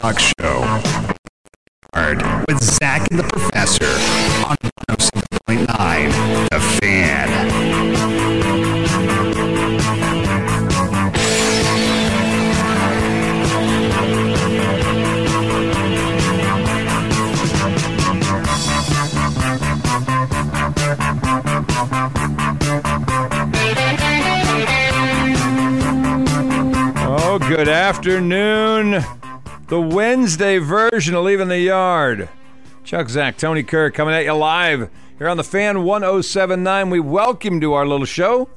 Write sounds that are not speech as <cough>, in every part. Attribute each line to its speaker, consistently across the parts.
Speaker 1: Talk Show Hard with Zach and the Professor on 106.9 The Fan.
Speaker 2: Oh, good afternoon. The Wednesday version of Leaving the Yard. Chuck Zach, Tony Kerr coming at you live here on the Fan 1079. We welcome you to our little show.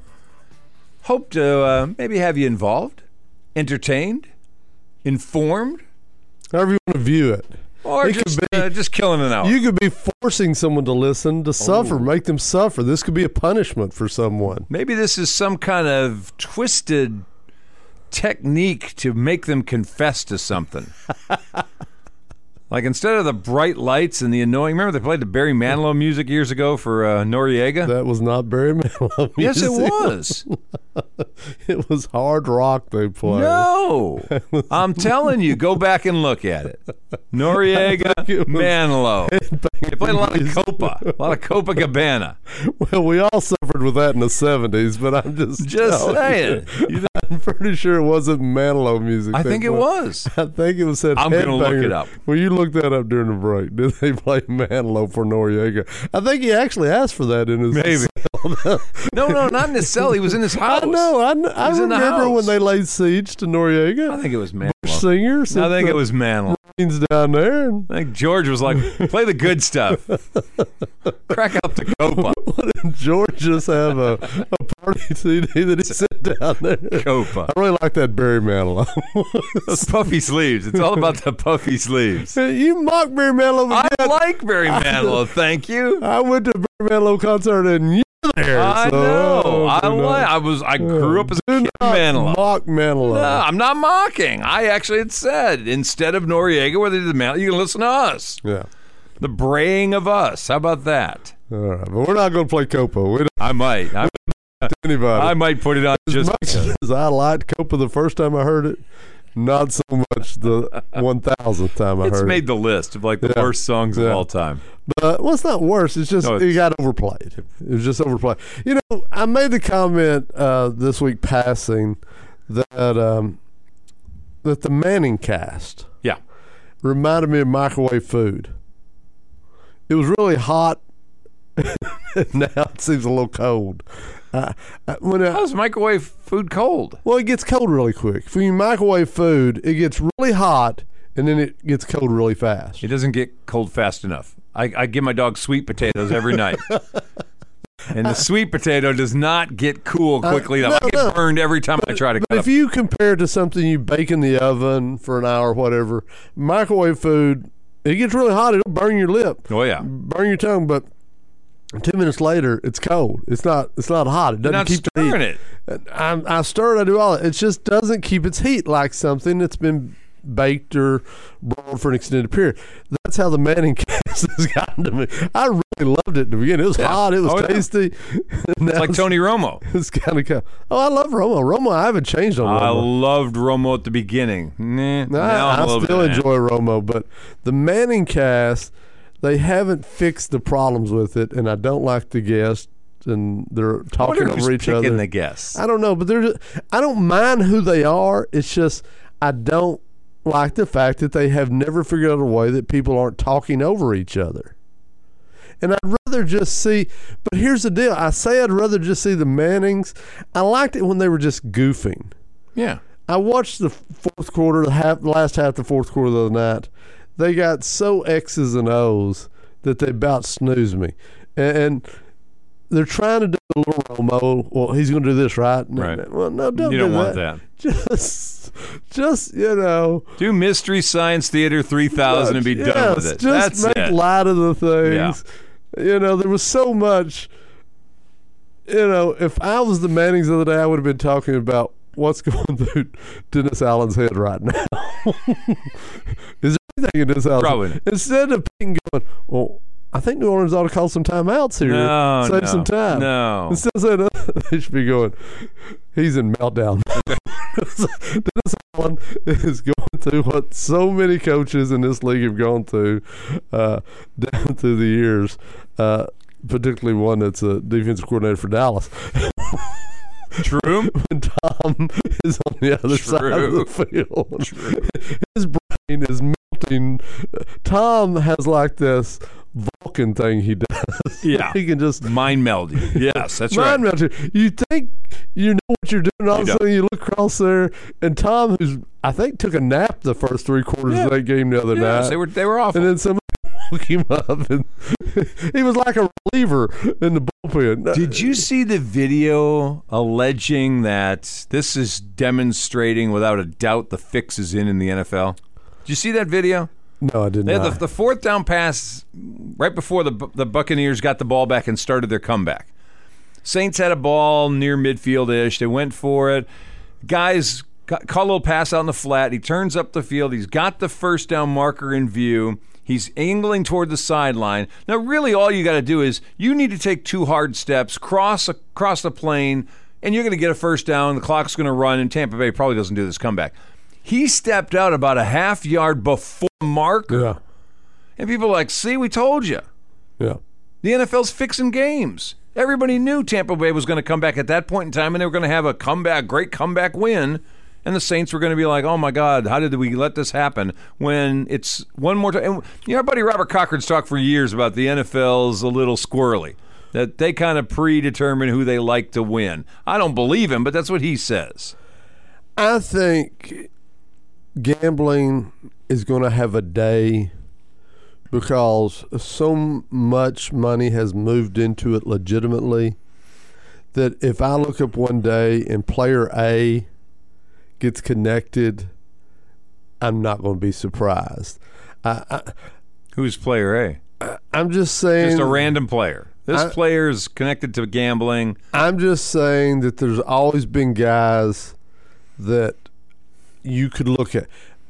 Speaker 2: Hope to uh, maybe have you involved, entertained, informed,
Speaker 3: however you want to view it.
Speaker 2: or
Speaker 3: It could
Speaker 2: just,
Speaker 3: be-
Speaker 2: uh, just killing an hour.
Speaker 3: You could be forcing someone to listen,
Speaker 2: Oh.
Speaker 3: to suffer, make them suffer. This could be a punishment for someone.
Speaker 2: Maybe this is some kind of twisted technique to make them confess to
Speaker 3: <laughs>
Speaker 2: something. like instead of the bright lights and the annoying, remember they played the Barry Manilow music years ago for uh, Noriega?
Speaker 3: That was not Barry <laughs> Manilow.
Speaker 2: yes, it
Speaker 3: music. <laughs>
Speaker 2: was.
Speaker 3: It was hard rock they played. <laughs>
Speaker 2: no, I'm telling you, go back and look at it.
Speaker 3: <laughs>
Speaker 2: Noriega,
Speaker 3: it was
Speaker 2: Manilow. They played a lot of Copa, a lot of Copacabana.
Speaker 3: Well, we all suffered with that in the seventies, but I'm just
Speaker 2: Just
Speaker 3: telling
Speaker 2: saying.
Speaker 3: <laughs> you. I'm pretty sure it wasn't Manilow music.
Speaker 2: I
Speaker 3: they
Speaker 2: think it
Speaker 3: played.
Speaker 2: was.
Speaker 3: I think it was said.
Speaker 2: I'm gonna look
Speaker 3: Headbanger.
Speaker 2: it up.
Speaker 3: Well, you looked that up during the break. <laughs> Did they play Manilow for Noriega? I think he actually asked for that in his
Speaker 2: Maybe. No, no, not in his cell. He was in his house.
Speaker 3: <laughs> I know. I, kn- I
Speaker 2: He's in the
Speaker 3: remember
Speaker 2: house.
Speaker 3: when they laid siege to Noriega.
Speaker 2: I think it was Manilow.
Speaker 3: singers.
Speaker 2: I think it was Manilow.
Speaker 3: was down there. And
Speaker 2: I think George was like, play the good stuff. Crack out the copa.
Speaker 3: George just have a, a party <laughs> CD that he sent down there.
Speaker 2: Copa.
Speaker 3: I really like that Barry Manilow. <laughs>
Speaker 2: Those puffy sleeves. It's all about the puffy sleeves.
Speaker 3: you mock Barry Manilow
Speaker 2: I
Speaker 3: again. I,
Speaker 2: like Barry Manilow, thank you.
Speaker 3: went to a Barry Manilow concert and you there.
Speaker 2: I
Speaker 3: so,
Speaker 2: know.
Speaker 3: oh,
Speaker 2: I
Speaker 3: do not-
Speaker 2: like I was I grew up as a
Speaker 3: do
Speaker 2: kid
Speaker 3: not
Speaker 2: Manilow.
Speaker 3: Mock Manilow.
Speaker 2: No, I'm not mocking. I actually had said instead of Noriega, where they did the Manilow, you can listen to us.
Speaker 3: Yeah.
Speaker 2: The braying of us. How about that?
Speaker 3: All right. But we're not going to play Copa. We don't
Speaker 2: I might. I,
Speaker 3: anybody.
Speaker 2: I might put it on
Speaker 3: as
Speaker 2: just
Speaker 3: much as I liked Copa the first time I heard it, not so much the 1,000th time I
Speaker 2: it's
Speaker 3: heard it.
Speaker 2: made the list of like the
Speaker 3: Yeah.
Speaker 2: worst songs of
Speaker 3: Yeah.
Speaker 2: all time.
Speaker 3: But well, it's not worse. It's just
Speaker 2: No,
Speaker 3: it got overplayed. It was just overplayed. You know, I made the comment uh, this week passing that um, that the Manning cast
Speaker 2: Yeah.
Speaker 3: reminded me of microwave food. It was really hot. <laughs> now it seems a little cold. Uh, uh, when I,
Speaker 2: How's microwave food cold?
Speaker 3: well, it gets cold really quick. When you microwave food, it gets really hot and then it gets cold really fast.
Speaker 2: It doesn't get cold fast enough. I, I give my dog sweet potatoes every
Speaker 3: <laughs>
Speaker 2: night. And the sweet potato does not get cool quickly enough. I
Speaker 3: Uh, no,
Speaker 2: get
Speaker 3: no.
Speaker 2: burned every time I try to
Speaker 3: But
Speaker 2: cut up.
Speaker 3: if you compare it to something you bake in the oven for an hour, or whatever, microwave food, it gets really hot. It'll burn your lip,
Speaker 2: Oh yeah,
Speaker 3: burn your tongue, but ten minutes later, it's cold. It's not. It's not hot. It doesn't
Speaker 2: not
Speaker 3: keep the
Speaker 2: stirring
Speaker 3: heat.
Speaker 2: it.
Speaker 3: I, I stir it. I do all that. It just doesn't keep its heat like something that's been baked or broiled for an extended period. That's how the Manning <laughs> cast has gotten to me. I really loved it in the beginning. It was hot. It was
Speaker 2: Oh, yeah.
Speaker 3: tasty. <laughs> Now
Speaker 2: It's like Tony Romo.
Speaker 3: It's kind of cool. Oh, I love Romo. Romo, I haven't changed on
Speaker 2: I
Speaker 3: Romo.
Speaker 2: loved Romo at the beginning. Nah,
Speaker 3: No,
Speaker 2: now I'm
Speaker 3: I,
Speaker 2: a little
Speaker 3: I
Speaker 2: bit
Speaker 3: still
Speaker 2: mad.
Speaker 3: enjoy Romo, but the Manning cast, they haven't fixed the problems with it, and I don't like the guests, and they're
Speaker 2: I wonder
Speaker 3: talking
Speaker 2: who's
Speaker 3: over each
Speaker 2: picking
Speaker 3: other.
Speaker 2: the guests.
Speaker 3: I don't know, but they're just, I don't mind who they are. It's just I don't like the fact that they have never figured out a way that people aren't talking over each other. And I'd rather just see, but here's the deal. I say I'd rather just see the Mannings. I liked it when they were just goofing.
Speaker 2: Yeah,
Speaker 3: I watched the fourth quarter, the half, the last half, of the fourth quarter the other night. They got so X's and O's that they about snoozed me, and, and they're trying to do a little Romo. Well, he's going to do this, right? No,
Speaker 2: Right.
Speaker 3: no, Well, no, don't.
Speaker 2: you
Speaker 3: do
Speaker 2: don't want
Speaker 3: that.
Speaker 2: that.
Speaker 3: <laughs> Just, just you know,
Speaker 2: Do Mystery Science Theater 3000 and be done with
Speaker 3: yes,
Speaker 2: it.
Speaker 3: Just
Speaker 2: That's
Speaker 3: make
Speaker 2: it.
Speaker 3: light of the things. You know, there was so much. You know, if I was the Mannings the other day, I would have been talking about what's <laughs> going through Dennis Allen's head right now. <laughs> Is there anything in Dennis Allen's
Speaker 2: Probably
Speaker 3: head?
Speaker 2: not.
Speaker 3: Instead of being going, well, I think New Orleans ought to call some timeouts here.
Speaker 2: No,
Speaker 3: Save
Speaker 2: no,
Speaker 3: some time.
Speaker 2: no.
Speaker 3: Instead of <laughs> saying, uh, they should be going, he's in meltdown. <laughs> Dennis Allen is going through what so many coaches in this league have gone through uh, down through the years, uh, particularly one that's a defensive coordinator for Dallas. <laughs>
Speaker 2: True.
Speaker 3: when Tom is on the other side of the field. His brain is melting. Tom has like this Vulcan thing he does. <laughs>
Speaker 2: Yeah.
Speaker 3: he can just
Speaker 2: Mind melding. Yes, that's
Speaker 3: mind
Speaker 2: right.
Speaker 3: melting. You think you know what you're doing, all of a
Speaker 2: You don't.
Speaker 3: sudden you look across there, and Tom, who's I think took a nap the first three quarters
Speaker 2: Yeah.
Speaker 3: of that game the other
Speaker 2: Yes,
Speaker 3: night,
Speaker 2: they were they were awful.
Speaker 3: and then somebody <laughs> woke him up, and <laughs> he was like a reliever in the bullpen.
Speaker 2: Did you see the video alleging that this is demonstrating without a doubt the fix is in in the NFL? Did you see that video?
Speaker 3: No, I did
Speaker 2: They had
Speaker 3: not.
Speaker 2: the, the fourth down pass right before the Bu- the Buccaneers got the ball back and started their comeback. Saints had a ball near midfield ish. They went for it. Guys ca- caught a little pass out in the flat. He turns up the field. He's got the first down marker in view. He's angling toward the sideline. Now, really, all you got to do is you need to take two hard steps, cross across the plane, and you're going to get a first down. The clock's going to run, and Tampa Bay probably doesn't do this comeback. He stepped out about a half yard before marker.
Speaker 3: yeah,
Speaker 2: And people are like, see, we told you.
Speaker 3: yeah.
Speaker 2: The NFL's fixing games. Everybody knew Tampa Bay was going to come back at that point in time and they were going to have a comeback, great comeback win. And the Saints were going to be like, oh my God, how did we let this happen when it's one more time? And, you know, our buddy Robert Cochran's talked for years about the NFL's a little squirrely, that they kind of predetermine who they like to win. I don't believe him, but that's what he says.
Speaker 3: I think gambling is going to have a day because so much money has moved into it legitimately that if I look up one day and player A gets connected, I'm not going to be surprised. I, I,
Speaker 2: Who's player A?
Speaker 3: I'm just saying.
Speaker 2: Just a random player. This
Speaker 3: I-
Speaker 2: player is connected to gambling.
Speaker 3: I'm just saying that there's always been guys that you could look at.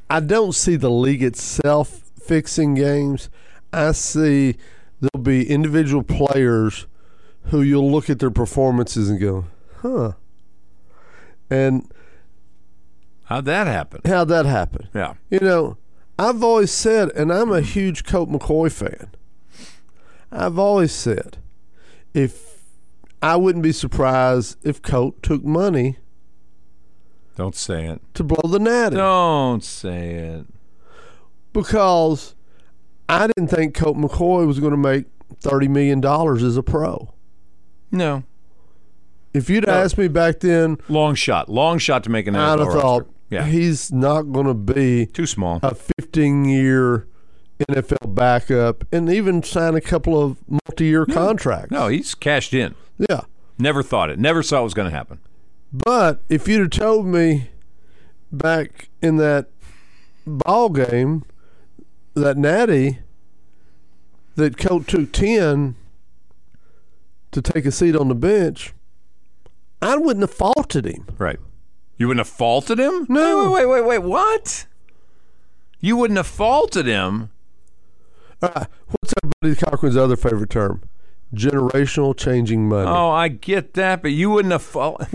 Speaker 3: I don't see the league itself fixing games. I see there'll be individual players who you'll look at their performances and go, huh. And
Speaker 2: How'd that happen?
Speaker 3: how'd that happen?
Speaker 2: Yeah.
Speaker 3: You know, I've always said, and I'm a huge Colt McCoy fan. I've always said, if I wouldn't be surprised if Colt took money
Speaker 2: Don't say it.
Speaker 3: to blow the natty
Speaker 2: Don't say it.
Speaker 3: because I didn't think Colt McCoy was going to make thirty million dollars as a pro.
Speaker 2: No.
Speaker 3: If you'd asked me back then,
Speaker 2: Long shot. Long shot to make an NFL
Speaker 3: I'd have
Speaker 2: roster.
Speaker 3: thought
Speaker 2: Yeah.
Speaker 3: he's not going to be
Speaker 2: Too small.
Speaker 3: a 15 year NFL backup and even sign a couple of multi year contracts.
Speaker 2: no, he's cashed in.
Speaker 3: Yeah.
Speaker 2: Never thought it. Never saw it was going to happen.
Speaker 3: But if you'd have told me back in that ball game, that natty, that Colt took 10 to take a seat on the bench, I wouldn't have faulted him.
Speaker 2: Right. You wouldn't have faulted him?
Speaker 3: No.
Speaker 2: Wait, wait, wait, wait. What? You wouldn't have faulted him?
Speaker 3: Uh, what's our buddy Cochran's other favorite term? Generational changing money.
Speaker 2: Oh, I get that, but you wouldn't have faulted.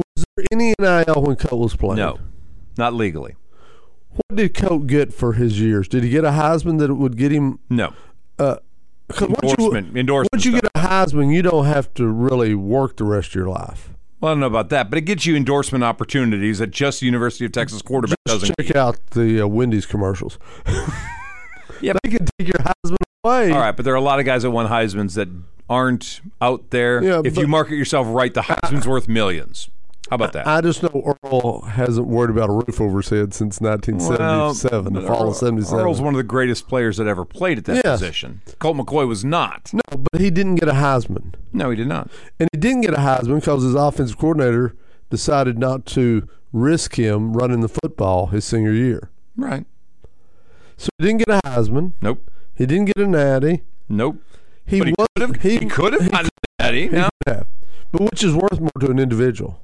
Speaker 3: Any NIL when Colt was playing?
Speaker 2: No. Not legally.
Speaker 3: What did Colt get for his years? Did he get a Heisman that would get him? uh,
Speaker 2: No.
Speaker 3: 'cause once you-
Speaker 2: Endorsement. endorsement.
Speaker 3: Once you
Speaker 2: stuff.
Speaker 3: get a Heisman, you don't have to really work the rest of your life.
Speaker 2: well, I don't know about that, but it gets you endorsement opportunities that just the University of Texas quarterback doesn't.
Speaker 3: Check out the uh, Wendy's commercials.
Speaker 2: Yeah,
Speaker 3: they can take your Heisman away.
Speaker 2: All right, but there are a lot of guys that won Heisman's that aren't out there.
Speaker 3: Yeah,
Speaker 2: if you
Speaker 3: but-
Speaker 2: market yourself right, the Heisman's worth millions. How about that?
Speaker 3: I just know Earl hasn't worried about a roof over his head since 1977, the fall
Speaker 2: Earl-
Speaker 3: of 77.
Speaker 2: Earl's one of the greatest players that ever played at that
Speaker 3: Yes.
Speaker 2: position. Colt McCoy was not.
Speaker 3: no, but he didn't get a Heisman.
Speaker 2: No, he did not.
Speaker 3: And he didn't get a Heisman because his offensive coordinator decided not to risk him running the football his senior year.
Speaker 2: Right.
Speaker 3: So he didn't get a Heisman.
Speaker 2: Nope.
Speaker 3: He didn't get a natty.
Speaker 2: Nope.
Speaker 3: He,
Speaker 2: But he
Speaker 3: was,
Speaker 2: could have. He, could have gotten that. He, no.
Speaker 3: have. But which is worth more to an individual?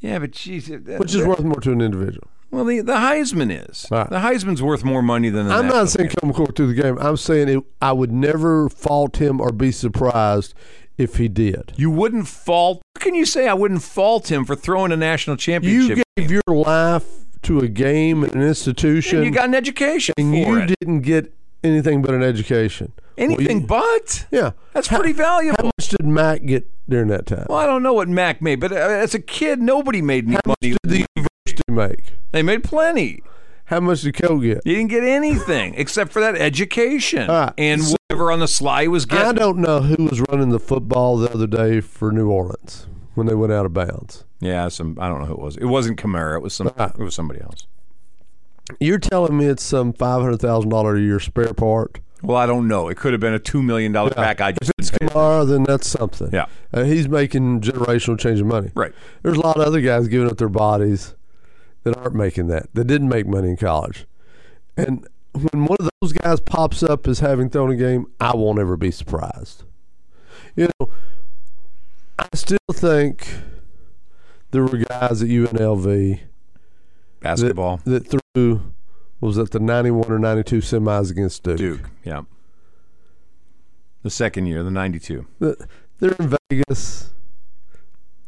Speaker 2: Yeah, but geez, uh,
Speaker 3: Which is worth more to an individual?
Speaker 2: Well, the, the Heisman is.
Speaker 3: Right.
Speaker 2: The Heisman's worth more money than the
Speaker 3: I'm
Speaker 2: national
Speaker 3: not saying come court through the game. I'm saying it, I would never fault him or be surprised if he did.
Speaker 2: You wouldn't fault. How can you say I wouldn't fault him for throwing a national
Speaker 3: You
Speaker 2: championship?
Speaker 3: gave your life to a game and an
Speaker 2: and
Speaker 3: institution,
Speaker 2: you got an education
Speaker 3: and
Speaker 2: for
Speaker 3: you
Speaker 2: it.
Speaker 3: didn't get anything but an education. Well, you-
Speaker 2: Anything but.
Speaker 3: yeah.
Speaker 2: That's pretty valuable.
Speaker 3: How much did Mac get during that time?
Speaker 2: well, I don't know what Mac made, but uh, as a kid, nobody made any money.
Speaker 3: did the university make?
Speaker 2: they made plenty.
Speaker 3: How much did Cole get?
Speaker 2: You didn't get <laughs> anything except for that education
Speaker 3: All right,
Speaker 2: and
Speaker 3: so-
Speaker 2: whatever on the sly he was
Speaker 3: I
Speaker 2: getting.
Speaker 3: don't know who was running the football the other day for New Orleans when they went out of bounds.
Speaker 2: Yeah, some I don't know who it was. It wasn't Kamara. It was some. It was somebody else.
Speaker 3: You're telling me it's some five hundred thousand dollar a year spare part?
Speaker 2: Well, I don't know. It could have been a two million dollar pack. I just didn't pay.
Speaker 3: Kamara, then that's something.
Speaker 2: Yeah.
Speaker 3: Uh, he's making generational change of money.
Speaker 2: Right.
Speaker 3: There's a lot of other guys giving up their bodies that aren't making that, that didn't make money in college. And when one of those guys pops up as having thrown a game, I won't ever be surprised. You know, I still think there were guys at UNLV
Speaker 2: Basketball,
Speaker 3: that threw, what was that the 91 or 92 semis against Duke?
Speaker 2: Duke. Yeah. The second year, the '92.
Speaker 3: That- They're in Vegas.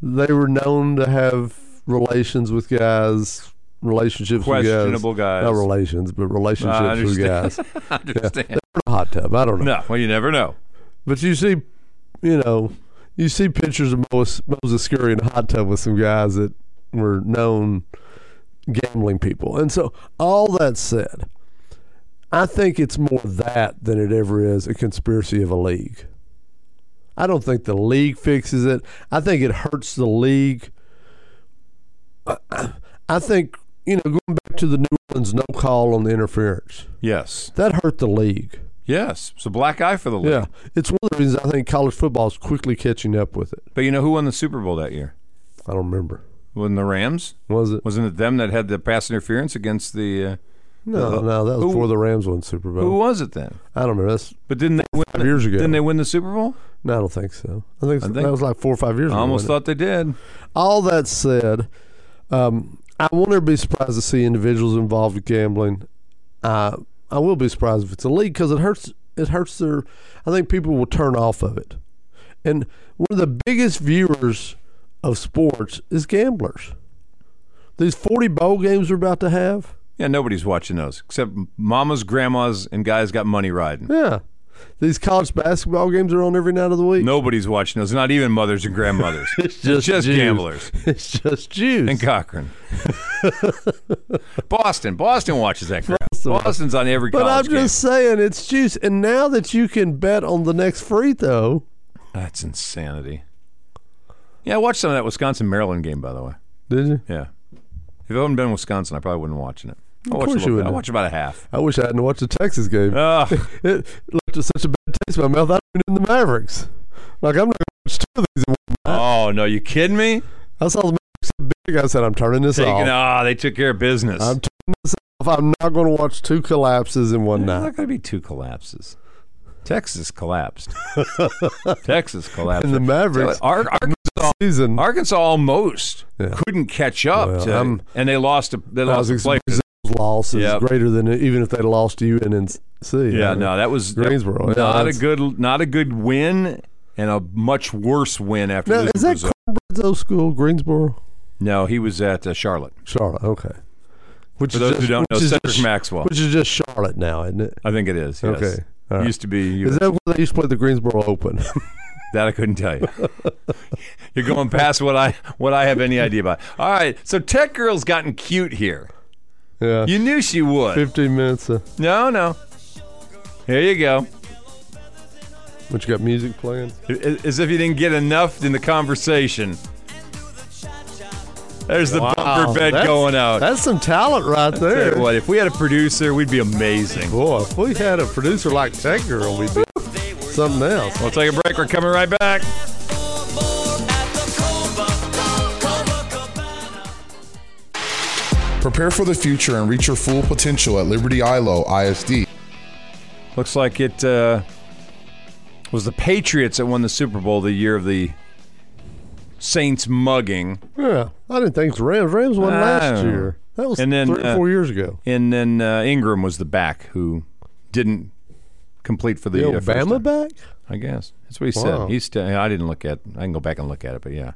Speaker 3: They were known to have relations with guys, relationships with guys.
Speaker 2: Questionable guys.
Speaker 3: Not relations, but relationships with guys.
Speaker 2: understand. <laughs> I understand.
Speaker 3: Or a hot tub.
Speaker 2: <laughs>
Speaker 3: I don't know.
Speaker 2: No, well, you never know.
Speaker 3: But you see, you know, you see pictures of Moses, Moses Scurry in a hot tub with some guys that were known gambling people. And so, all that said, I think it's more that than it ever is a conspiracy of a league. I don't think the league fixes it. I think it hurts the league. I I think, you know, going back to the New Orleans no call on the interference,
Speaker 2: Yes,
Speaker 3: that hurt the league.
Speaker 2: yes. It's a black eye for the league.
Speaker 3: Yeah, <laughs> it's one of the reasons I think college football is quickly catching up with it.
Speaker 2: But you know who won the Super Bowl that year?
Speaker 3: I don't remember.
Speaker 2: Wasn't the Rams?
Speaker 3: Was it?
Speaker 2: Wasn't it them that had the pass interference against the? Uh,
Speaker 3: No, no, that was
Speaker 2: Who-
Speaker 3: before the Rams won Super Bowl.
Speaker 2: Who was it then?
Speaker 3: I don't remember. That's
Speaker 2: But didn't they win?
Speaker 3: five years ago.
Speaker 2: Didn't they win the Super Bowl?
Speaker 3: no, I don't think so. I think,
Speaker 2: I think-
Speaker 3: that was like four or five years
Speaker 2: I
Speaker 3: ago.
Speaker 2: almost
Speaker 3: wasn't
Speaker 2: thought they did.
Speaker 3: it? All that said, um, I won't ever be surprised to see individuals involved with gambling. I I will be surprised if it's a league because it hurts. It hurts their. I think people will turn off of it. And one of the biggest viewers of sports is gamblers. These forty bowl games we're about to have.
Speaker 2: Yeah, nobody's watching those except mamas, grandmas, and guys got money riding.
Speaker 3: Yeah. These college basketball games are on every night of the week.
Speaker 2: Nobody's watching those. Not even mothers and grandmothers.
Speaker 3: <laughs> It's just, Jews.
Speaker 2: gamblers
Speaker 3: <laughs> It's just Jews.
Speaker 2: and
Speaker 3: <laughs>
Speaker 2: Cochran. Boston, Boston watches that crap. Boston's on every
Speaker 3: but I'm
Speaker 2: college game.
Speaker 3: just saying it's Jews. And now that you can bet on the next free throw,
Speaker 2: That's insanity. Yeah, I watched some of that Wisconsin Maryland game, by the way.
Speaker 3: did you?
Speaker 2: Yeah. If it hadn't been Wisconsin, I probably wouldn't be watching it. I
Speaker 3: course
Speaker 2: watched a
Speaker 3: you
Speaker 2: little bit.
Speaker 3: wouldn't
Speaker 2: I
Speaker 3: have.
Speaker 2: watched about a half. <laughs>
Speaker 3: I wish I hadn't watched the Texas game.
Speaker 2: Ugh.
Speaker 3: It left such a bad taste in my mouth. I don't even in the Mavericks. Like I'm not gonna watch two of these. in one-
Speaker 2: oh no, you kidding me?
Speaker 3: I saw the Mavericks so big. I said I'm turning this
Speaker 2: Taking,
Speaker 3: off.
Speaker 2: ah, they took care of business.
Speaker 3: I'm turning this off. I'm not going to watch two collapses in one
Speaker 2: There's
Speaker 3: night.
Speaker 2: not going to be two collapses. Texas collapsed. <laughs> Texas collapsed.
Speaker 3: <laughs> And the Mavericks
Speaker 2: Ar- Arkansas,
Speaker 3: season.
Speaker 2: Arkansas almost
Speaker 3: Yeah.
Speaker 2: couldn't catch up,
Speaker 3: Well,
Speaker 2: to-
Speaker 3: I'm-
Speaker 2: and they lost. A, they
Speaker 3: I
Speaker 2: lost
Speaker 3: was
Speaker 2: a play.
Speaker 3: <laughs> expecting Brazil's loss is
Speaker 2: Yep.
Speaker 3: greater than even if they lost to UNC.
Speaker 2: Yeah, no, that was that-
Speaker 3: Greensboro, yeah,
Speaker 2: Not a
Speaker 3: that's-
Speaker 2: good, not a good win, and a much worse win after
Speaker 3: Now,
Speaker 2: losing
Speaker 3: is that
Speaker 2: Brazil.
Speaker 3: Cornbread's old school, Greensboro,
Speaker 2: No, he was at uh, Charlotte.
Speaker 3: Charlotte? Okay. Which
Speaker 2: For those who don't know,
Speaker 3: which is
Speaker 2: Cedric
Speaker 3: just-
Speaker 2: Maxwell.
Speaker 3: Which is just Charlotte now, isn't it?
Speaker 2: I think it is. Yes.
Speaker 3: Okay. All right.
Speaker 2: Used to be.
Speaker 3: Is that where they used to play the Greensboro
Speaker 2: <laughs>
Speaker 3: Open?
Speaker 2: That I couldn't tell you. <laughs> You're going past what I what I have any idea about. All right, so Tech Girl's gotten cute here.
Speaker 3: yeah.
Speaker 2: You knew she would.
Speaker 3: 15 minutes. uh, Of,
Speaker 2: No, no. Here you go.
Speaker 3: what, you got music playing?
Speaker 2: I- I- As if you didn't get enough in the conversation. There's the
Speaker 3: Wow,
Speaker 2: bumper bed
Speaker 3: that's-
Speaker 2: going out.
Speaker 3: That's some talent right
Speaker 2: Tell
Speaker 3: there.
Speaker 2: you what, if we had a producer, we'd be amazing.
Speaker 3: Boy, if we had a producer like Tech Girl, we'd be something else.
Speaker 2: We'll take a break. We're coming right back.
Speaker 4: Prepare for the future and reach your full potential at Liberty ILO ISD.
Speaker 2: Looks like it uh, was the Patriots that won the Super Bowl the year of the Saints mugging,
Speaker 3: Yeah, I didn't think it was Rams. Rams won last
Speaker 2: Oh.
Speaker 3: year. That was
Speaker 2: And then,
Speaker 3: three or
Speaker 2: uh,
Speaker 3: four years ago.
Speaker 2: and then uh, Ingram was the back who didn't complete for the,
Speaker 3: The
Speaker 2: uh,
Speaker 3: old
Speaker 2: first
Speaker 3: Bama
Speaker 2: time.
Speaker 3: back?
Speaker 2: I guess that's what he
Speaker 3: Wow.
Speaker 2: said. He's. T- I didn't look at. I can go back and look at it, but yeah.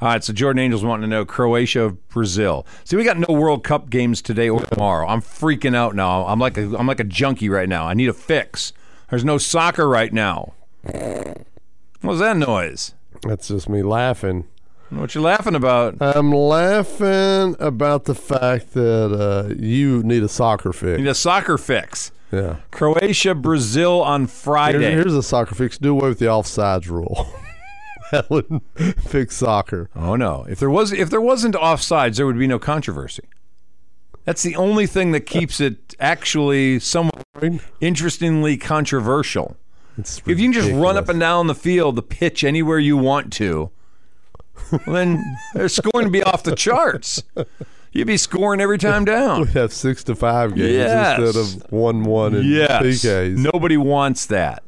Speaker 2: All right. So Jordan Angels wanting to know Croatia, Brazil. See, we got no World Cup games today or tomorrow. I'm freaking out now. I'm like a, I'm like a junkie right now. I need a fix. There's no soccer right now. What was that noise?
Speaker 3: That's just me laughing.
Speaker 2: I don't know What you laughing about?
Speaker 3: I'm laughing about the fact that uh, you need a soccer fix.
Speaker 2: Need a soccer fix.
Speaker 3: yeah.
Speaker 2: Croatia, Brazil on
Speaker 3: Here-
Speaker 2: Friday.
Speaker 3: here's a soccer fix. Do away with the offsides rule. <laughs> that would <laughs> fix soccer.
Speaker 2: Oh no! If there was if there wasn't offsides, there would be no controversy. That's the only thing that keeps it actually somewhat interestingly controversial.
Speaker 3: It's
Speaker 2: If you can just run up
Speaker 3: ridiculous.
Speaker 2: and down the field, the pitch anywhere you want to, well, then there's scoring to be off the charts. You'd be scoring every time
Speaker 3: <laughs>
Speaker 2: down.
Speaker 3: have six to five games
Speaker 2: Yes.
Speaker 3: instead of one one and
Speaker 2: Yes.
Speaker 3: PKs.
Speaker 2: Nobody wants that.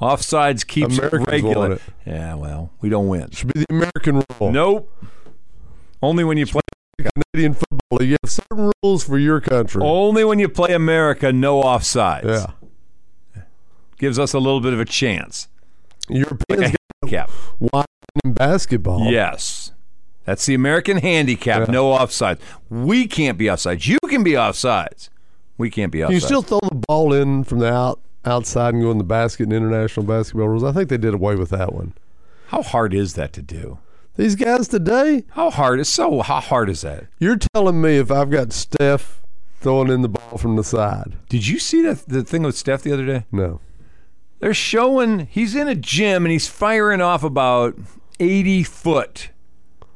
Speaker 2: Offsides keeps
Speaker 3: Americans
Speaker 2: it regular.
Speaker 3: want it.
Speaker 2: Yeah, well, we don't win.
Speaker 3: should be the American rule.
Speaker 2: Nope. Only when you play
Speaker 3: Canadian football. You have certain rules for your country.
Speaker 2: only when you play America, no offsides.
Speaker 3: yeah.
Speaker 2: gives us a little bit of a chance.
Speaker 3: Europeans got
Speaker 2: Cap.
Speaker 3: wide in basketball.
Speaker 2: Yes. That's the American handicap. No offsides. We can't be offsides. You can be offsides. We can't be offsides.
Speaker 3: Can you still throw the ball in from the out, outside and go in the basket in international basketball rules? I think they did away with that one.
Speaker 2: how hard is that to do?
Speaker 3: These guys today,
Speaker 2: How hard is so? How hard is that?
Speaker 3: you're telling me if I've got Steph throwing in the ball from the side.
Speaker 2: Did you see that the thing with Steph the other day?
Speaker 3: No.
Speaker 2: They're showing he's in a gym and he's firing off about 80 foot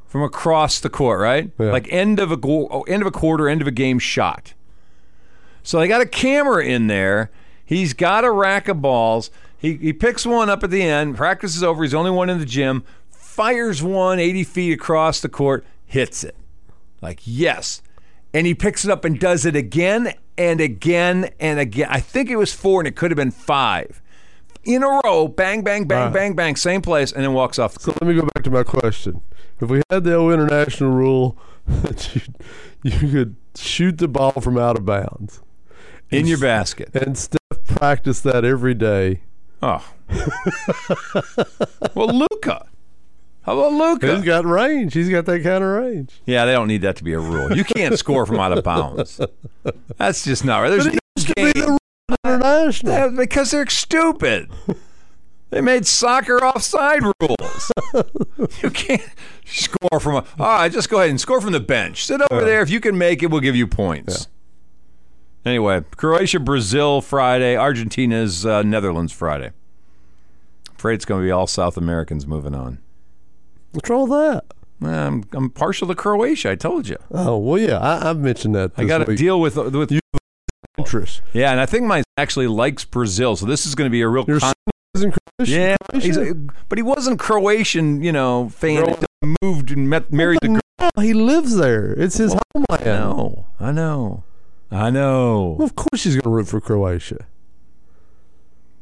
Speaker 2: from across the court, right?
Speaker 3: Yeah.
Speaker 2: Like end of a go- oh, end of a quarter, end of a game shot. So they got a camera in there. He's got a rack of balls. He, he picks one up at the end. Practice is over. He's the only one in the gym. Fires one 80 feet across the court. Hits it. Like, yes. And he picks it up and does it again and again and again. I think it was four and it could have been five. In a row, bang, bang, bang, bang, bang, same place, and then walks off the court.
Speaker 3: Let me go back to my question. If we had the old international rule <laughs> that you, you could shoot the ball from out of bounds,
Speaker 2: in your basket.
Speaker 3: and Steph practiced that every day,
Speaker 2: Oh. <laughs> well, Luca. How about Luca?
Speaker 3: he's got range. He's got that kind of range.
Speaker 2: Yeah, they don't need that to be a rule. You can't score from out of bounds. That's just not right. There's no
Speaker 3: Be the
Speaker 2: game.
Speaker 3: rule in international.
Speaker 2: Yeah, because they're stupid. They made soccer offside rules. you can't score from a. All right, just go ahead and score from the bench. Sit over there. If you can make it, we'll give you points. Anyway, Croatia, Brazil Friday. Argentina's uh, Netherlands Friday. Afraid it's going to be all South Americans moving on.
Speaker 3: What's wrong with that?
Speaker 2: I'm, I'm partial to Croatia. I told you.
Speaker 3: Oh well, yeah, I, I've mentioned that.
Speaker 2: I
Speaker 3: this
Speaker 2: got to
Speaker 3: week.
Speaker 2: deal with with
Speaker 3: interest.
Speaker 2: Yeah, and I think mine actually likes Brazil, so this is going to be a real.
Speaker 3: Your
Speaker 2: con-
Speaker 3: son is in Croatia.
Speaker 2: yeah, he's a- but he wasn't Croatian, you know, fan. that moved and met, married the girl.
Speaker 3: No, Oh, he lives there. It's his homeland.
Speaker 2: Oh, I know, I know, I know.
Speaker 3: Well, of course he's going to root for Croatia.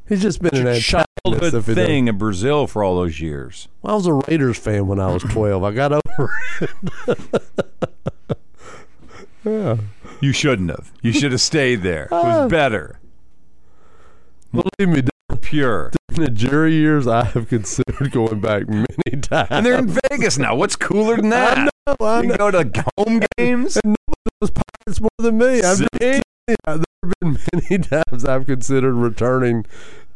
Speaker 3: He's just been an antagonist
Speaker 2: Childhood
Speaker 3: if he doesn't.
Speaker 2: thing in Brazil for all those years.
Speaker 3: I was a Raiders fan when <clears throat> I was twelve. I got over. it. yeah.
Speaker 2: You shouldn't have. You should have stayed there. It <laughs> was better,
Speaker 3: Believe me,
Speaker 2: pure.
Speaker 3: during the jury years, I have considered going back many times.
Speaker 2: And they're in Vegas now. What's cooler <laughs> than that?
Speaker 3: I know, oh, I
Speaker 2: You can
Speaker 3: know.
Speaker 2: go to home games.
Speaker 3: It's more than me. I'm
Speaker 2: See?
Speaker 3: just telling you, there have been many times I've considered returning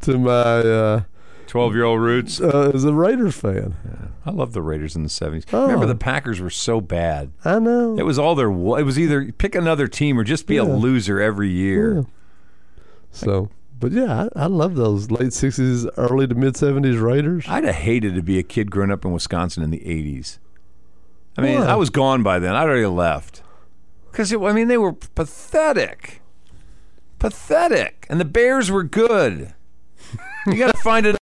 Speaker 3: to my uh,
Speaker 2: <laughs> Twelve-year-old roots.
Speaker 3: uh, as a Raiders fan.
Speaker 2: I love the Raiders in the seventies.
Speaker 3: Oh.
Speaker 2: Remember the Packers were so bad.
Speaker 3: I know.
Speaker 2: It was all there. wa- It was either pick another team or just be a
Speaker 3: Yeah.
Speaker 2: loser every year.
Speaker 3: Yeah. So, but yeah, I, I love those late sixties, early to mid seventies Raiders.
Speaker 2: I'd have hated to be a kid growing up in Wisconsin in the '80s. I mean,
Speaker 3: Why?
Speaker 2: I was gone by then. I'd already left. Because I mean, they were pathetic, pathetic, and the Bears were good. You
Speaker 3: <laughs>
Speaker 2: got to find it.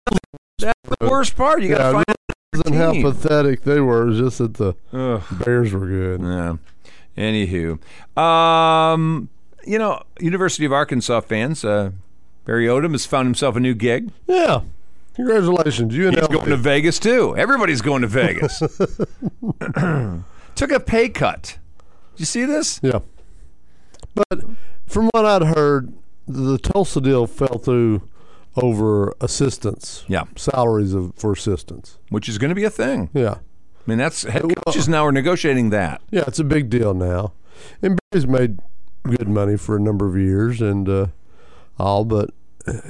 Speaker 2: That's the worst part. You got to
Speaker 3: Yeah,
Speaker 2: find
Speaker 3: And
Speaker 2: it.
Speaker 3: how pathetic they were! It's Just that the
Speaker 2: Ugh.
Speaker 3: Bears were good.
Speaker 2: Yeah. Anywho, um, you know, University of Arkansas fans, uh, Barry Odom has found himself a new gig.
Speaker 3: Yeah, Congratulations, you and
Speaker 2: He's
Speaker 3: LP.
Speaker 2: going to Vegas too. Everybody's going to
Speaker 3: <laughs>
Speaker 2: Vegas. <clears throat> Took a pay cut. Did you see this?
Speaker 3: Yeah. But from what I'd heard, the Tulsa deal fell through over assistance.
Speaker 2: Yeah.
Speaker 3: Salaries of, for assistants.
Speaker 2: Which is going to be a thing.
Speaker 3: Yeah.
Speaker 2: I mean, that's head coaches now are negotiating that.
Speaker 3: Yeah, it's a big deal now. And Barry's made good money for a number of years and uh, all, but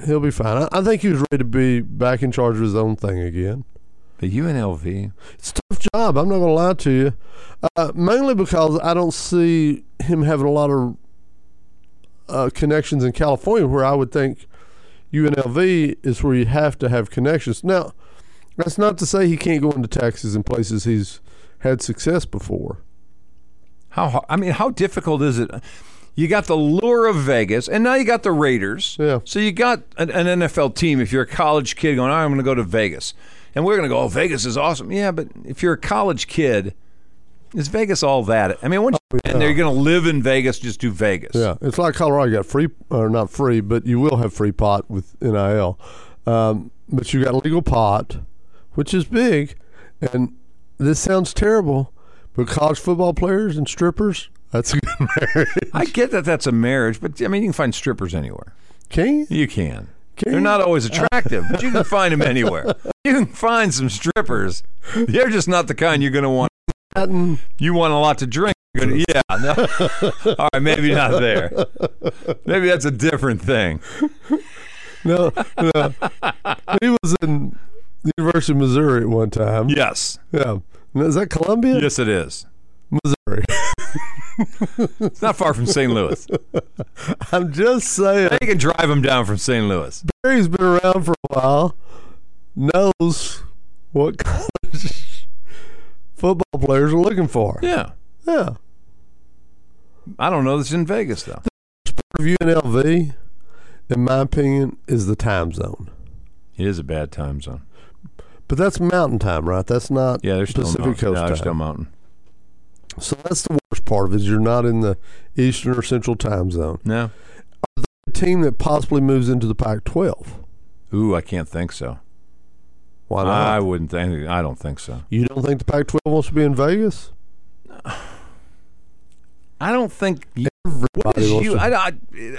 Speaker 3: he'll be fine. I, I think he was ready to be back in charge of his own thing again.
Speaker 2: But UNLV,
Speaker 3: It's a tough job. I'm not going to lie to you. Uh, mainly because I don't see him having a lot of uh, connections in California, where I would think UNLV is where you have to have connections. Now, that's not to say he can't go into Texas and places he's had success before.
Speaker 2: how har- I mean, how difficult is it? You got the lure of Vegas, and now you got the Raiders.
Speaker 3: Yeah.
Speaker 2: So you got an, an NFL team. If you're a college kid going, "All right, I'm going to go to Vegas, and we're going to go, oh, Vegas is awesome. Yeah, but if you're a college kid, is Vegas all that? I mean, once you're in there, you're going to live in Vegas, just do Vegas.
Speaker 3: Oh, Yeah, it's like Colorado. You got free, or not free, but you will have free pot with NIL. Um, but you got legal pot, which is big. And this sounds terrible, but college football players and strippers, that's a good marriage.
Speaker 2: I get that that's a marriage, but I mean, you can find strippers anywhere.
Speaker 3: Can you?
Speaker 2: You can.
Speaker 3: Can
Speaker 2: They're
Speaker 3: you?
Speaker 2: not always attractive, but you can find them
Speaker 3: <laughs>
Speaker 2: anywhere. You can find some strippers. They're just not the kind you're going to want.
Speaker 3: Latin-
Speaker 2: You want a lot to drink. You're gonna- yeah. no. <laughs> All right, maybe not there. Maybe that's a different thing.
Speaker 3: No, no. he was in the University of Missouri at one time.
Speaker 2: Yes.
Speaker 3: Yeah. Now, Is that Columbia?
Speaker 2: Yes, it is.
Speaker 3: Missouri. <laughs>
Speaker 2: It's not far from St. Louis.
Speaker 3: I'm just saying.
Speaker 2: They can drive them down from St. Louis.
Speaker 3: Barry's been around for a while, knows what college football players are looking for.
Speaker 2: Yeah.
Speaker 3: Yeah.
Speaker 2: I don't know that's in Vegas, though.
Speaker 3: Part of UNLV, in my opinion, is the time zone.
Speaker 2: It is a bad time zone.
Speaker 3: But that's mountain time, right? That's not
Speaker 2: Yeah, there's still
Speaker 3: Pacific
Speaker 2: mountain.
Speaker 3: Coast
Speaker 2: No,
Speaker 3: time.
Speaker 2: there's still mountain.
Speaker 3: so that's the worst part of it is you're not in the eastern or central time zone.
Speaker 2: No.
Speaker 3: A team that possibly moves into the Pac-12.
Speaker 2: Ooh, I can't think so.
Speaker 3: Why not?
Speaker 2: I wouldn't think. I don't think so.
Speaker 3: you don't think the Pac-12 wants to be in Vegas?
Speaker 2: I don't think What
Speaker 3: Everybody
Speaker 2: is
Speaker 3: wants
Speaker 2: you?
Speaker 3: to-
Speaker 2: I,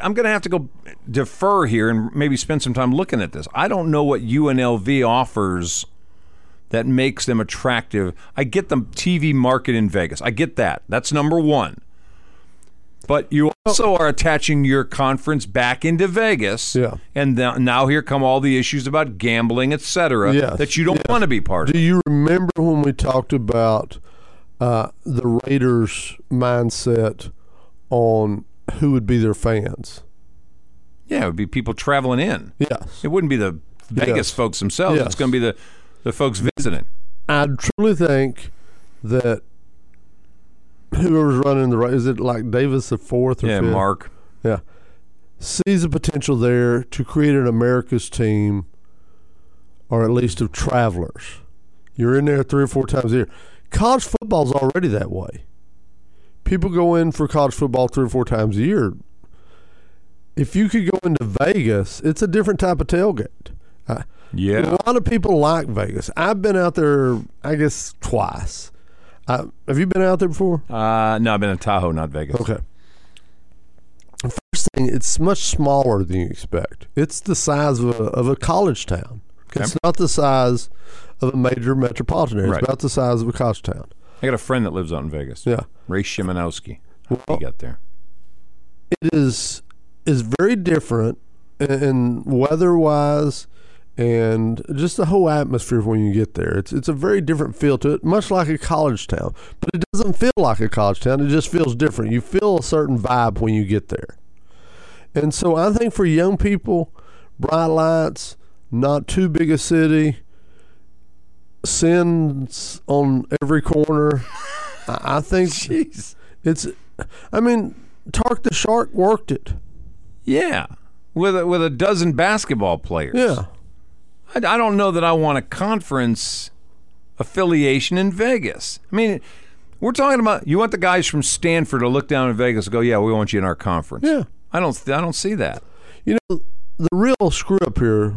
Speaker 2: am going to have to go defer here and maybe spend some time looking at this. I don't know what UNLV offers that makes them attractive. I get the TV market in Vegas. I get that. That's number one. But you also are attaching your conference back into Vegas.
Speaker 3: Yeah.
Speaker 2: And now now here come all the issues about gambling, et cetera,
Speaker 3: Yes,
Speaker 2: that you don't
Speaker 3: yes.
Speaker 2: want to be part of.
Speaker 3: Do you remember when we talked about uh, the Raiders' mindset on who would be their fans?
Speaker 2: yeah, it would be people traveling in.
Speaker 3: Yes.
Speaker 2: It wouldn't be the Vegas
Speaker 3: Yes.
Speaker 2: folks themselves.
Speaker 3: Yes.
Speaker 2: It's going to be the, the folks visiting.
Speaker 3: I truly think that whoever's running the right, is it like Davis the fourth or
Speaker 2: Yeah,
Speaker 3: fifth?
Speaker 2: Mark.
Speaker 3: Yeah. Sees the potential there to create an America's team or at least of travelers. You're in there three or four times a year. College football's already that way. People go in for college football three or four times a year. If you could go into Vegas, it's a different type of tailgate. Uh,
Speaker 2: Yeah.
Speaker 3: A lot of people like Vegas. I've been out there, I guess, twice. Uh, have you been out there before?
Speaker 2: Uh, no, I've been in Tahoe, not Vegas.
Speaker 3: Okay. First thing, it's much smaller than you expect. It's the size of a, of a college town. It's not the size of a major metropolitan area.
Speaker 2: Right.
Speaker 3: It's about the size of a college town.
Speaker 2: I got a friend that lives out in Vegas.
Speaker 3: Yeah.
Speaker 2: Ray Shimonowski. How did he
Speaker 3: Well-
Speaker 2: get there?
Speaker 3: It is is very different in weather wise and just the whole atmosphere of when you get there. It's it's a very different feel to it, much like a college town. But it doesn't feel like a college town. It just feels different. You feel a certain vibe when you get there. And so I think for young people, bright lights, not too big a city, sins on every corner. I I think
Speaker 2: <laughs> Jeez.
Speaker 3: it's I mean, Tark the Shark worked it.
Speaker 2: Yeah. With a, with a dozen basketball players.
Speaker 3: Yeah.
Speaker 2: I, I don't know that I want a conference affiliation in Vegas. I mean, we're talking about you want the guys from Stanford to look down in Vegas and go, yeah, we want you in our conference.
Speaker 3: Yeah.
Speaker 2: I don't. I don't see that.
Speaker 3: You know, the real screw up here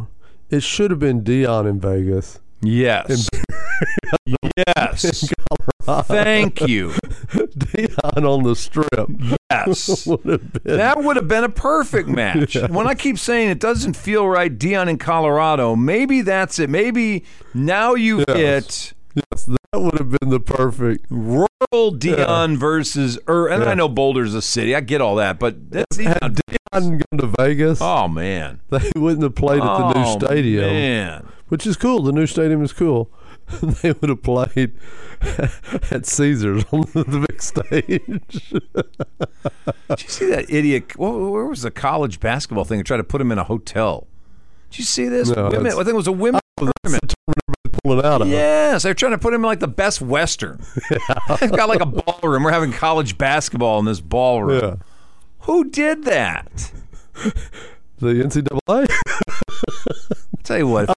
Speaker 3: It should have been Dion in Vegas. <laughs>
Speaker 2: Yes. yes. Thank you.
Speaker 3: Dion on the strip
Speaker 2: Yes.
Speaker 3: <laughs> would have been.
Speaker 2: That would have been a perfect
Speaker 3: <laughs>
Speaker 2: match. When I keep saying it doesn't feel right, Dion in Colorado, maybe that's it. Maybe now you hit
Speaker 3: Yes, that would have been the perfect.
Speaker 2: rural Dion versus, or, and I know Boulder's a city. I get all that, but that's Dion.
Speaker 3: Hadn't gone to Vegas,
Speaker 2: Oh, man.
Speaker 3: they wouldn't have played at the
Speaker 2: Oh,
Speaker 3: new stadium,
Speaker 2: Man.
Speaker 3: which is cool. The new stadium is cool. <laughs> they would have played <laughs> at Caesars on the big stage. <laughs>
Speaker 2: Did you see that idiot? What, where was the college basketball thing? They tried to put him in a hotel. Did you see this?
Speaker 3: No,
Speaker 2: women, I
Speaker 3: that's-
Speaker 2: think it was a women.
Speaker 3: That's the tournament everybody's pulling out of.
Speaker 2: Yes, they're trying to put him in like the best
Speaker 3: <laughs>
Speaker 2: Western. They've got like a ballroom. We're having college basketball in this ballroom.
Speaker 3: Yeah.
Speaker 2: Who did that?
Speaker 3: The NCAA.
Speaker 2: I'll tell you what,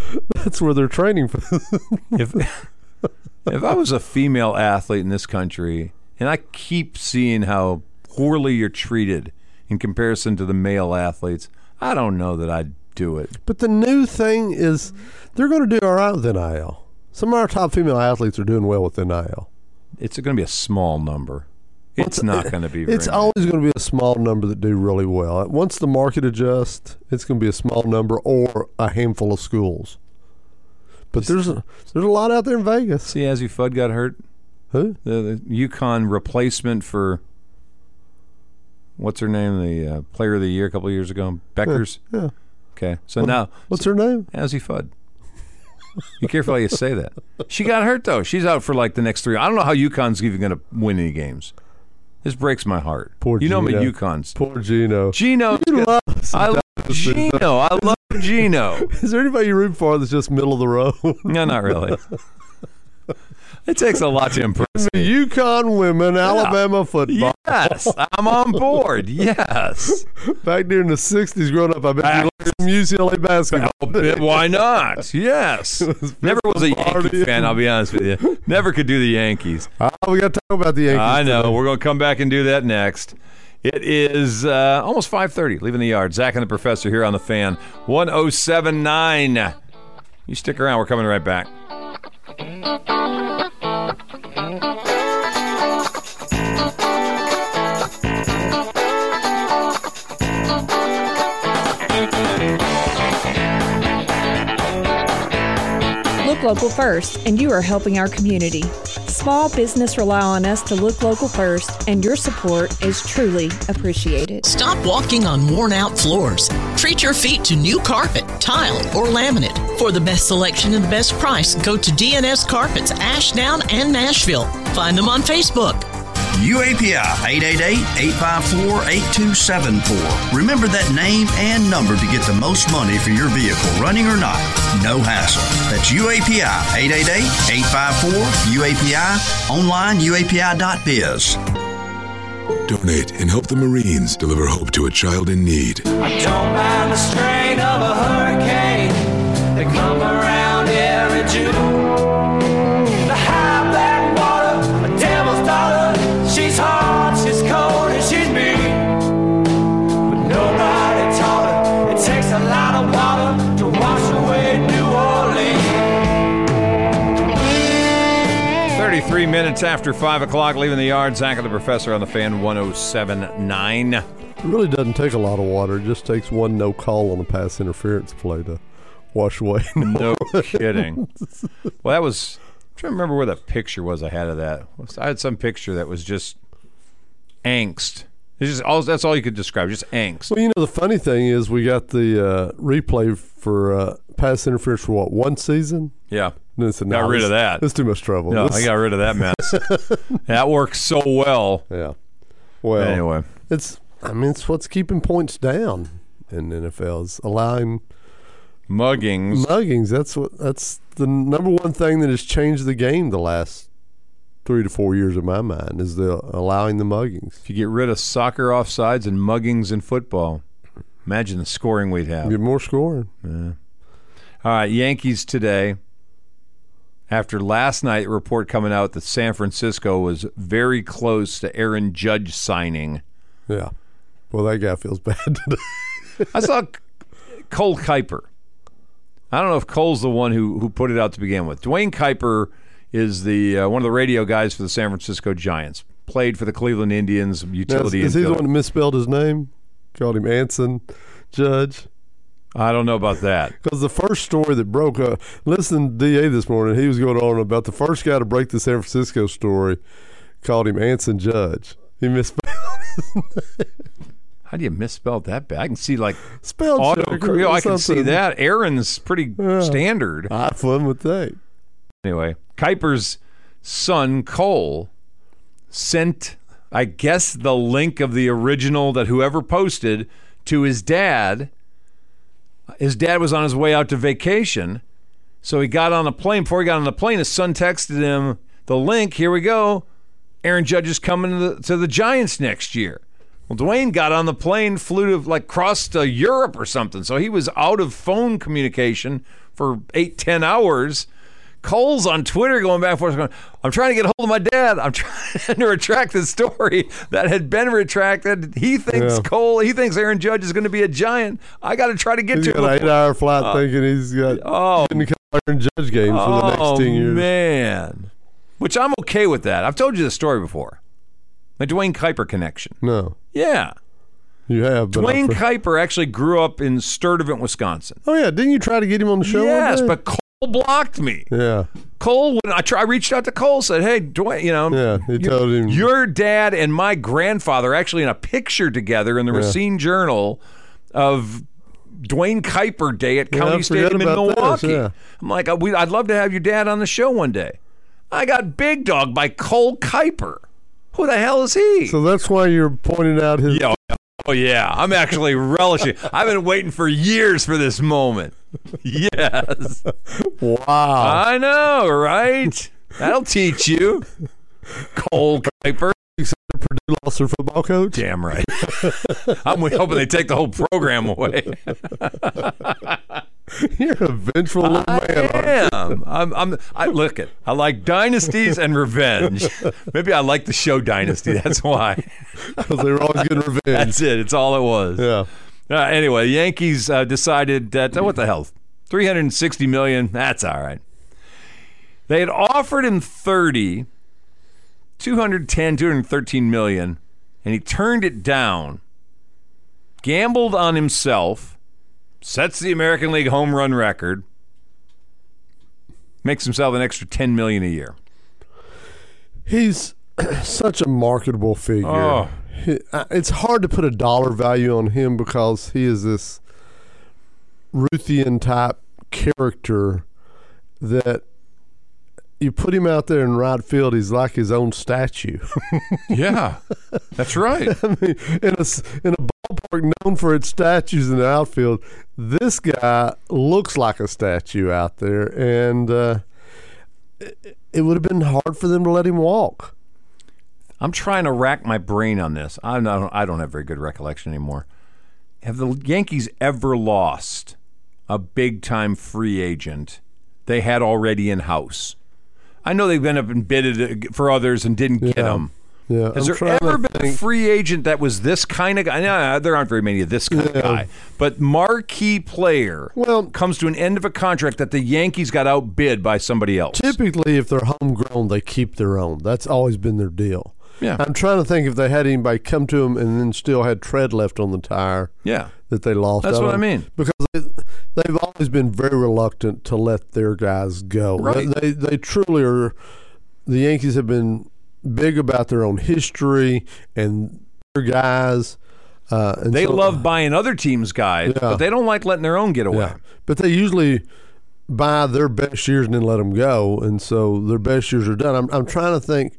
Speaker 3: <laughs> That's where they're training for. <laughs>
Speaker 2: if, if, if I was a female athlete in this country, and I keep seeing how poorly you're treated in comparison to the male athletes, I don't know that I'd do it.
Speaker 3: But the new thing is they're going to do all right with NIL. Some of our top female athletes are doing well with NIL.
Speaker 2: It's going to be a small number. It's not going to be. Very
Speaker 3: It's
Speaker 2: many.
Speaker 3: always going to be a small number that do really well. Once the market adjusts, it's going to be a small number or a handful of schools. But there's a, there's a lot out there in Vegas.
Speaker 2: See, as you Fudd got hurt,
Speaker 3: Who?
Speaker 2: the, the UConn replacement for what's her name, the uh, player of the year a couple of years ago, Beckers.
Speaker 3: yeah.
Speaker 2: Okay, so now
Speaker 3: What's her name?
Speaker 2: Azzy Fudd. Be careful how you say that. She got hurt though. She's out for like the next three. I don't know how UConn's even going to win any games. This breaks my heart.
Speaker 3: Poor
Speaker 2: you know me,
Speaker 3: Gino.
Speaker 2: UConn's.
Speaker 3: Poor Gino.
Speaker 2: Gino,
Speaker 3: You love-
Speaker 2: I love Gino. I love Gino.
Speaker 3: <laughs> Is there anybody you root for that's just middle of the road?
Speaker 2: No, not really. It takes a lot to
Speaker 3: <laughs>
Speaker 2: impress me.
Speaker 3: <laughs> Yukon women, Alabama football.
Speaker 2: Yes, I'm on board. Yes.
Speaker 3: Back during the '60s, growing up, I bet you liked some UCLA
Speaker 2: <laughs>
Speaker 3: basketball.
Speaker 2: Why not? Yes. Never was a Yankee
Speaker 3: Lombardi.
Speaker 2: fan, I'll be honest with you. Never could do the Yankees.
Speaker 3: Oh, we got to talk about the Yankees.
Speaker 2: I know. We're going to come back and do that next. It is uh, almost 5.30, leaving the yard. Zach and the professor here on The Fan, 107.9. You stick around. We're coming right back.
Speaker 5: Look local first, and you are helping our community. Small business rely on us to look local first, and your support is truly appreciated.
Speaker 6: Stop walking on worn out floors. Treat your feet to new carpet, tile, or laminate. For the best selection and the best price, go to DNS Carpets, Ashdown, and Nashville. Find them on Facebook.
Speaker 7: UAPI 888-854-8274. Remember that name and number to get the most money for your vehicle, running or not. No hassle. That's UAPI 888-854-UAPI. Online UAPI.biz.
Speaker 8: Donate and help the Marines deliver hope to a child in need.
Speaker 9: Don't mind the strain of a hurricane. They come around every June. The high black water, a devil's daughter. She's hard, she's cold, and she's mean. But nobody taught her. It takes a lot of water to wash away New Orleans.
Speaker 2: 33 minutes after 5 o'clock, leaving the yard. Zach and the professor on The Fan, 107.9.
Speaker 3: It really doesn't take a lot of water. It just takes one no call on a pass interference play to wash away. <laughs>
Speaker 2: No kidding. Well, that was. I'm trying to remember where the picture was I had of that. I had some picture that was just angst. It's just all. That's all you could describe. Just angst.
Speaker 3: well, you know the funny thing is we got the uh, replay for uh, pass interference for what one season.
Speaker 2: Yeah.
Speaker 3: And it's,
Speaker 2: Got rid of that.
Speaker 3: It's too much trouble.
Speaker 2: No, I
Speaker 3: This-
Speaker 2: got rid of that mess. that worked so well.
Speaker 3: yeah. Well,
Speaker 2: Anyway,
Speaker 3: it's I mean it's what's keeping points down in the NFL is allowing
Speaker 2: muggings.
Speaker 3: muggings. That's what that's the number one thing that has changed the game the last three to four years in my mind is the allowing the muggings.
Speaker 2: If you get rid of soccer offsides and muggings in football, imagine the scoring we'd have.
Speaker 3: Get more scoring.
Speaker 2: All right, Yankees today. After last night, report coming out that San Francisco was very close to Aaron Judge signing.
Speaker 3: Yeah. <laughs> Well, that guy feels bad today.
Speaker 2: I saw C- Cole Kuiper I don't know if Cole's the one who who put it out to begin with. Dwayne Kuiper is the uh, one of the radio guys for the San Francisco Giants. Played for the Cleveland Indians
Speaker 3: Now,
Speaker 2: utility.
Speaker 3: is, is he the
Speaker 2: infielder.
Speaker 3: one that misspelled his name? Called him Anson Judge.
Speaker 2: I don't know about that.
Speaker 3: Because the first story that broke, uh, listen, DA this morning, he was going on about the first guy to break the San Francisco story, called him Anson Judge. He <laughs> misspelled
Speaker 2: How do you misspell that bad? I can see like
Speaker 3: spelled
Speaker 2: auto.
Speaker 3: check
Speaker 2: cor-
Speaker 3: or
Speaker 2: I can see
Speaker 3: something.
Speaker 2: that. Aaron's pretty standard.
Speaker 3: I have fun with that.
Speaker 2: Anyway, Kuiper's son Cole sent, I guess, the link of the original that whoever posted to his dad. His dad was on his way out to vacation, so he got on a plane. Before he got on the plane, his son texted him the link. Here we go. Aaron Judge is coming to the, to the Giants next year. Well, Dwayne got on the plane, flew to like crossed to Europe or something, so he was out of phone communication for eight ten hours. Cole's on Twitter going back and forth, going, I'm trying to get a hold of my dad. I'm <laughs> trying to retract this story that had been retracted. He thinks
Speaker 3: Yeah.
Speaker 2: Cole, he thinks Aaron Judge is going to be a giant. I got to try to get
Speaker 3: He's
Speaker 2: to
Speaker 3: got an
Speaker 2: him.
Speaker 3: eight hour flight thinking he's got
Speaker 2: Uh, Oh.
Speaker 3: getting to call Aaron Judge games for the
Speaker 2: Oh,
Speaker 3: next 10 years.
Speaker 2: man. Which I'm okay with that. I've told you this story before. The Dwayne Kuiper connection.
Speaker 3: No,
Speaker 2: Yeah.
Speaker 3: you have. But I
Speaker 2: Dwayne
Speaker 3: for-
Speaker 2: Kuiper actually grew up in Sturtevant, Wisconsin.
Speaker 3: oh, yeah. Didn't you try to get him on the show? one
Speaker 2: Yes,
Speaker 3: day?
Speaker 2: but Cole blocked me.
Speaker 3: Yeah,
Speaker 2: Cole, when I, try, I reached out to Cole, said, "Hey, Dwayne, you know,
Speaker 3: yeah. He
Speaker 2: your,
Speaker 3: told him.
Speaker 2: your dad and my grandfather are actually in a picture together in the Racine Journal of Dwayne Kuiper Day at County
Speaker 3: I forgot
Speaker 2: Stadium in
Speaker 3: about this,
Speaker 2: Milwaukee."
Speaker 3: yeah.
Speaker 2: I'm like, I, we, "I'd love to have your dad on the show one day." I got big dog by Cole Kuiper. Who the hell is he?
Speaker 3: so that's why you're pointing out his.
Speaker 2: yeah, oh, oh yeah, I'm actually relishing. I've been waiting for years for this moment. Yes.
Speaker 3: Wow.
Speaker 2: I know, right? That'll teach you. Cole Kuiper.
Speaker 3: Purdue lost their football coach?
Speaker 2: Damn right. <laughs> I'm hoping they take the whole program away.
Speaker 3: <laughs> You're a vengeful little man. aren't you?
Speaker 2: Damn. I'm, I'm, I look it. I like dynasties and revenge. Maybe I like the show Dynasty. That's why.
Speaker 3: because they were always getting revenge.
Speaker 2: <laughs> That's it. It's all it was.
Speaker 3: yeah.
Speaker 2: Uh, anyway, Yankees uh, decided that oh, what the hell, three hundred and sixty million. That's all right. They had offered him 30, 210, 213 million, and he turned it down. Gambled on himself, sets the American League home run record, makes himself an extra ten million a year.
Speaker 3: He's <clears throat> such a marketable figure.
Speaker 2: Oh.
Speaker 3: He- I- it's hard to put a dollar value on him because he is this Ruthian type character that you put him out there in right field, he's like his own statue. <laughs>
Speaker 2: Yeah, that's <laughs> right.
Speaker 3: I mean, in a, s- in a ballpark known for its statues in the outfield, this guy looks like a statue out there. And uh, it, it would have been hard for them to let him walk.
Speaker 2: I'm trying to rack my brain on this. I'm not, I don't have very good recollection anymore. Have the Yankees ever lost a big time free agent they had already in house? I know they've been up and bidded uh, for others and didn't get them.
Speaker 3: Yeah,
Speaker 2: Has
Speaker 3: I'm
Speaker 2: there
Speaker 3: trying to
Speaker 2: ever been a
Speaker 3: think.
Speaker 2: free agent that was this kind of guy? No, there aren't very many of this kind of guy. But marquee player
Speaker 3: Well-
Speaker 2: comes to an end of a contract that the Yankees got outbid by somebody else.
Speaker 3: Typically, if they're homegrown, they keep their own. That's always been their deal.
Speaker 2: Yeah.
Speaker 3: I'm trying to think if they had anybody come to them and then still had tread left on the tire
Speaker 2: Yeah.
Speaker 3: that they lost.
Speaker 2: That's
Speaker 3: out
Speaker 2: what I
Speaker 3: on.
Speaker 2: mean.
Speaker 3: Because they, they've always been very reluctant to let their guys go.
Speaker 2: Right.
Speaker 3: They, they truly are. The Yankees have been big about their own history and their guys. Uh, and
Speaker 2: They
Speaker 3: so-
Speaker 2: love buying other teams' guys, but they don't like letting their own get away.
Speaker 3: Yeah. But they usually buy their best years and then let them go. And so their best years are done. I'm, I'm trying to think,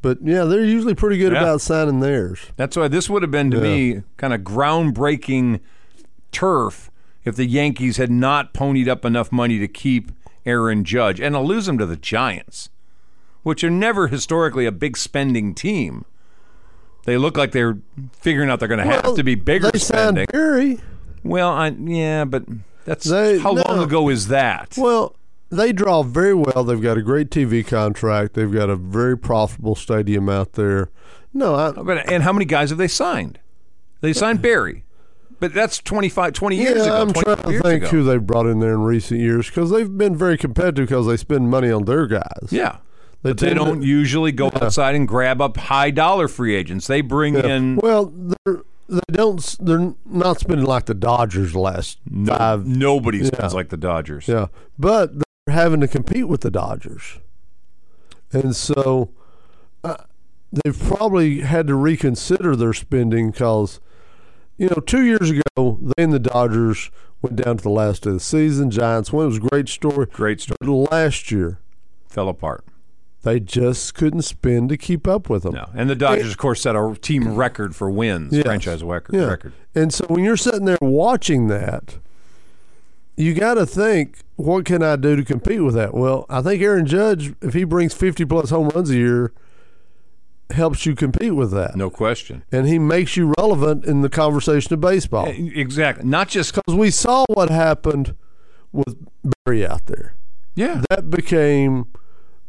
Speaker 3: but yeah, they're usually pretty good
Speaker 2: Yeah.
Speaker 3: about signing theirs.
Speaker 2: That's why this would have been to me kind of groundbreaking turf if the Yankees had not ponied up enough money to keep Aaron Judge and to lose him to the Giants, which are never historically a big spending team. They look like they're figuring out they're going to have to be bigger
Speaker 3: They
Speaker 2: spending.
Speaker 3: signed Barry.
Speaker 2: Well, I, yeah, but that's
Speaker 3: They-
Speaker 2: how long
Speaker 3: no.
Speaker 2: ago is that?
Speaker 3: Well, they draw very well. They've got a great TV contract. They've got a very profitable stadium out there. No, I,
Speaker 2: Oh, But and how many guys have they signed? They signed Barry. But that's 25, 20 years
Speaker 3: yeah,
Speaker 2: ago.
Speaker 3: I'm
Speaker 2: 20
Speaker 3: trying to
Speaker 2: years
Speaker 3: think
Speaker 2: ago.
Speaker 3: who they brought in there in recent years because they've been very competitive because they spend money on their guys.
Speaker 2: Yeah.
Speaker 3: They
Speaker 2: But they
Speaker 3: tend to-
Speaker 2: don't usually go outside and grab up high dollar free agents. They bring in
Speaker 3: Well, they're they don't s- they're not spending like the Dodgers last five.
Speaker 2: nobody
Speaker 3: Yeah.
Speaker 2: sounds like the Dodgers.
Speaker 3: Yeah, but they're having to compete with the Dodgers, and so uh, they've probably had to reconsider their spending because, you know, two years ago they and the Dodgers went down to the last of the season. Giants won. It was a great story.
Speaker 2: Great story.
Speaker 3: But last year
Speaker 2: Fell apart.
Speaker 3: they just couldn't spend to keep up with them.
Speaker 2: No. And the Dodgers, of course, set a team record for wins,
Speaker 3: Yes.
Speaker 2: franchise record.
Speaker 3: Yeah.
Speaker 2: record.
Speaker 3: And so when you're sitting there watching that, you got to think, what can I do to compete with that? Well, I think Aaron Judge, if he brings 50 plus home runs a year, helps you compete with that.
Speaker 2: No question.
Speaker 3: And he makes you relevant in the conversation of baseball. Because
Speaker 2: Exactly. Not just.
Speaker 3: we saw what happened with Barry out there.
Speaker 2: Yeah.
Speaker 3: That became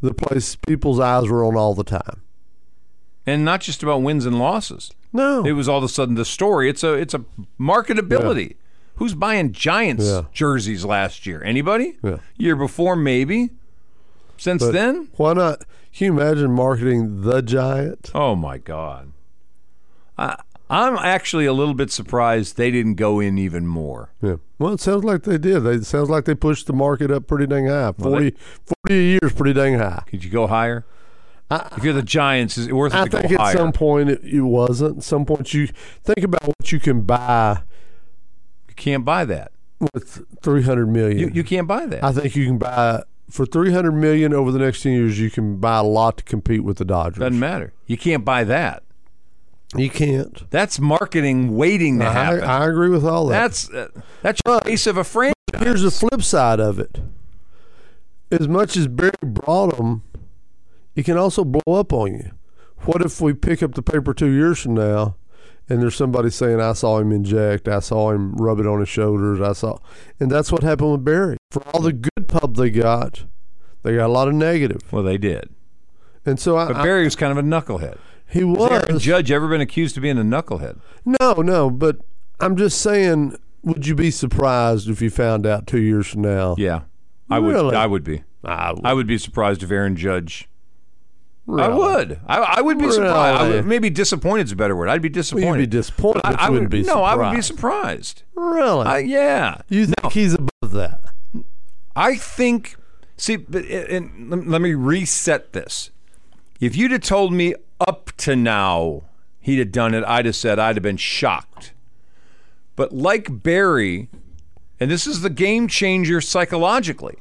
Speaker 3: the place people's eyes were on all the time.
Speaker 2: And not just about wins and losses.
Speaker 3: No.
Speaker 2: It was all of a sudden the story. It's a it's a marketability. Who's buying Giants
Speaker 3: Yeah.
Speaker 2: jerseys last year? Anybody?
Speaker 3: Yeah.
Speaker 2: Year before, maybe. Since
Speaker 3: But
Speaker 2: then,
Speaker 3: Why not? Can you imagine marketing the Giant?
Speaker 2: oh my God. I I'm actually a little bit surprised they didn't go in even more.
Speaker 3: Yeah. Well, it sounds like they did. They, it sounds like they pushed the market up pretty dang high. 40, 40 a year is pretty dang high.
Speaker 2: Could you go higher? if you're the Giants, is it worth it
Speaker 3: I
Speaker 2: to
Speaker 3: think
Speaker 2: go
Speaker 3: at
Speaker 2: higher?
Speaker 3: some point it, it wasn't. At some point you think about what you can buy
Speaker 2: you can't buy that.
Speaker 3: with 300 million.
Speaker 2: You, you can't buy that.
Speaker 3: I think you can buy for 300 million over the next 10 years you can buy a lot to compete with the Dodgers.
Speaker 2: Doesn't matter. You can't buy that.
Speaker 3: You can't.
Speaker 2: That's marketing waiting to
Speaker 3: I,
Speaker 2: happen.
Speaker 3: I agree with all that.
Speaker 2: that's uh, that's your case of a franchise.
Speaker 3: Here's the flip side of it. As much as Barry brought them, it can also blow up on you. What if we pick up the paper two years from now and there's somebody saying, I saw him inject, I saw him rub it on his shoulders, I saw. And that's what happened with Barry. For all the good pub they got, they got a lot of negative.
Speaker 2: Well, they did.
Speaker 3: And so I,
Speaker 2: But Barry was kind of a knucklehead.
Speaker 3: I- he
Speaker 2: Has Aaron
Speaker 3: Uh-huh. was.
Speaker 2: Judge ever been accused of being a knucklehead?
Speaker 3: no, no, but I'm just saying, would you be surprised if you found out two years from now?
Speaker 2: Yeah, I would.
Speaker 3: Really?
Speaker 2: I would be.
Speaker 3: I,
Speaker 2: I would be surprised if Aaron Judge. I would. I, I would be surprised. I
Speaker 3: Really?
Speaker 2: would, maybe disappointed is a better word. I'd be disappointed.
Speaker 3: Well, you'd be disappointed,
Speaker 2: I,
Speaker 3: but
Speaker 2: I
Speaker 3: you
Speaker 2: would
Speaker 3: wouldn't be
Speaker 2: No, I would be
Speaker 3: surprised.
Speaker 2: surprised.
Speaker 3: Really?
Speaker 2: I, yeah,
Speaker 3: You think he's above that?
Speaker 2: I think. See, but and let- let me reset this. If you'd have told me up to now he'd have done it, I'd have said I'd have been shocked. But like Barry, and this is the game changer psychologically.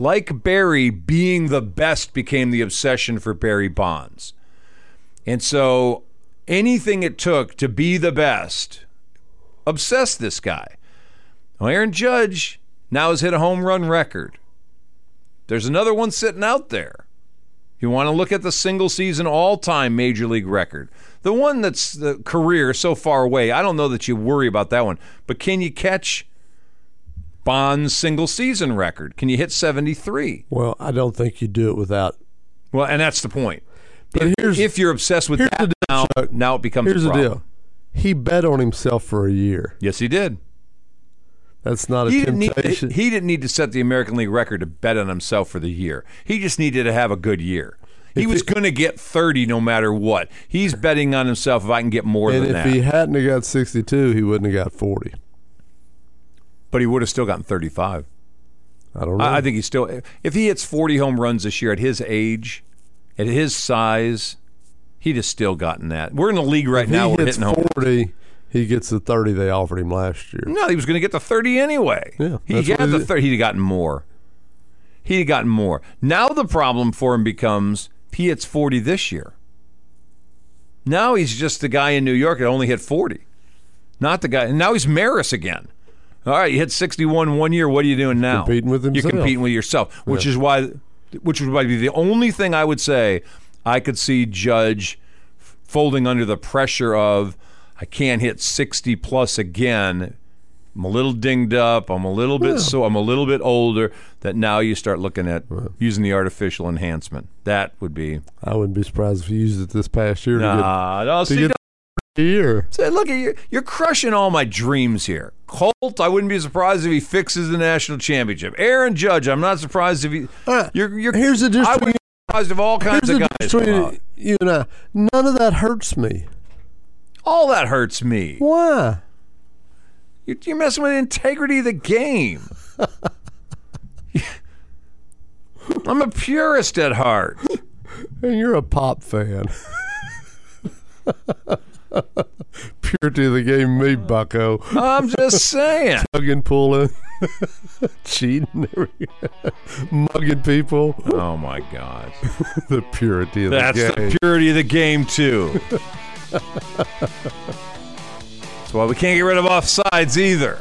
Speaker 2: Like Barry, being the best became the obsession for Barry Bonds. And so anything it took to be the best obsessed this guy. Well, Aaron Judge now has hit a home run record. There's another one sitting out there. If you want to look at the single season all time major league record, the one that's the career so far away, I don't know that you worry about that one. But can you catch Bond's single season record? Can you hit 73?
Speaker 3: Well, I don't think you do it without.
Speaker 2: Well, and that's the point.
Speaker 3: But here's
Speaker 2: If you're obsessed with
Speaker 3: here's
Speaker 2: that
Speaker 3: the deal,
Speaker 2: now,
Speaker 3: Chuck.
Speaker 2: now it becomes
Speaker 3: here's
Speaker 2: a
Speaker 3: the
Speaker 2: problem.
Speaker 3: deal. He bet on himself for a year.
Speaker 2: Yes, he did.
Speaker 3: That's not a
Speaker 2: He didn't, need to,
Speaker 3: temptation.
Speaker 2: he didn't need to set the American League record to bet on himself for the year. He just needed to have a good year. He
Speaker 3: If
Speaker 2: was
Speaker 3: he-
Speaker 2: going to get 30 no matter what. He's betting on himself if I can get more
Speaker 3: and
Speaker 2: than
Speaker 3: if
Speaker 2: that.
Speaker 3: he hadn't have got 62, he wouldn't have got 40.
Speaker 2: but he would have still gotten 35.
Speaker 3: I don't know.
Speaker 2: I, I think he's still. If he hits 40 home runs this year at his age, at his size, he'd have still gotten that. We're in a league right
Speaker 3: if
Speaker 2: now.
Speaker 3: he
Speaker 2: We're
Speaker 3: hits
Speaker 2: hitting home.
Speaker 3: 40, he gets the 30 they offered him last year.
Speaker 2: No, he was going to get the 30 anyway.
Speaker 3: Yeah,
Speaker 2: He
Speaker 3: that's what
Speaker 2: got
Speaker 3: he
Speaker 2: the
Speaker 3: did.
Speaker 2: 30. He'd have gotten more. He'd have gotten more. Now the problem for him becomes he hits 40 this year. Now he's just the guy in New York that only hit 40. Not the guy. And now he's Maris again. All right, you hit 61 one year. What are you doing now?
Speaker 3: Competing with
Speaker 2: You're
Speaker 3: himself.
Speaker 2: competing with yourself, which is why, which would probably be the only thing I would say I could see Judge folding under the pressure of I can't hit 60 plus again. I'm a little dinged up. I'm a little bit so. I'm a little bit older. That now you start looking at using the artificial enhancement. That would be
Speaker 3: I wouldn't be surprised if he used it this past year to
Speaker 2: nah. no,
Speaker 3: get,
Speaker 2: see,
Speaker 3: to get year.
Speaker 2: Say, look, you're, you're crushing all my dreams here. Colt, I wouldn't be surprised if he fixes the national championship. Aaron Judge, I'm not surprised if he.
Speaker 3: Uh,
Speaker 2: you're, you're,
Speaker 3: here's the
Speaker 2: I
Speaker 3: difference
Speaker 2: would be surprised if all kinds of
Speaker 3: Here's the
Speaker 2: guys.
Speaker 3: difference
Speaker 2: come
Speaker 3: between
Speaker 2: out.
Speaker 3: you and I. None of that hurts me.
Speaker 2: All that hurts me.
Speaker 3: Why?
Speaker 2: You're, you're messing with the integrity of the
Speaker 3: <laughs>
Speaker 2: game. I'm a purist at heart.
Speaker 3: And you're a pop fan. Purity of the game, me, bucko.
Speaker 2: I'm just saying.
Speaker 3: Hugging, pulling, <laughs> cheating, every- mugging people.
Speaker 2: <laughs> Oh my God. <laughs>
Speaker 3: The purity of
Speaker 2: That's
Speaker 3: the game.
Speaker 2: the purity of the game, too. <laughs> That's why we can't get rid of offsides either.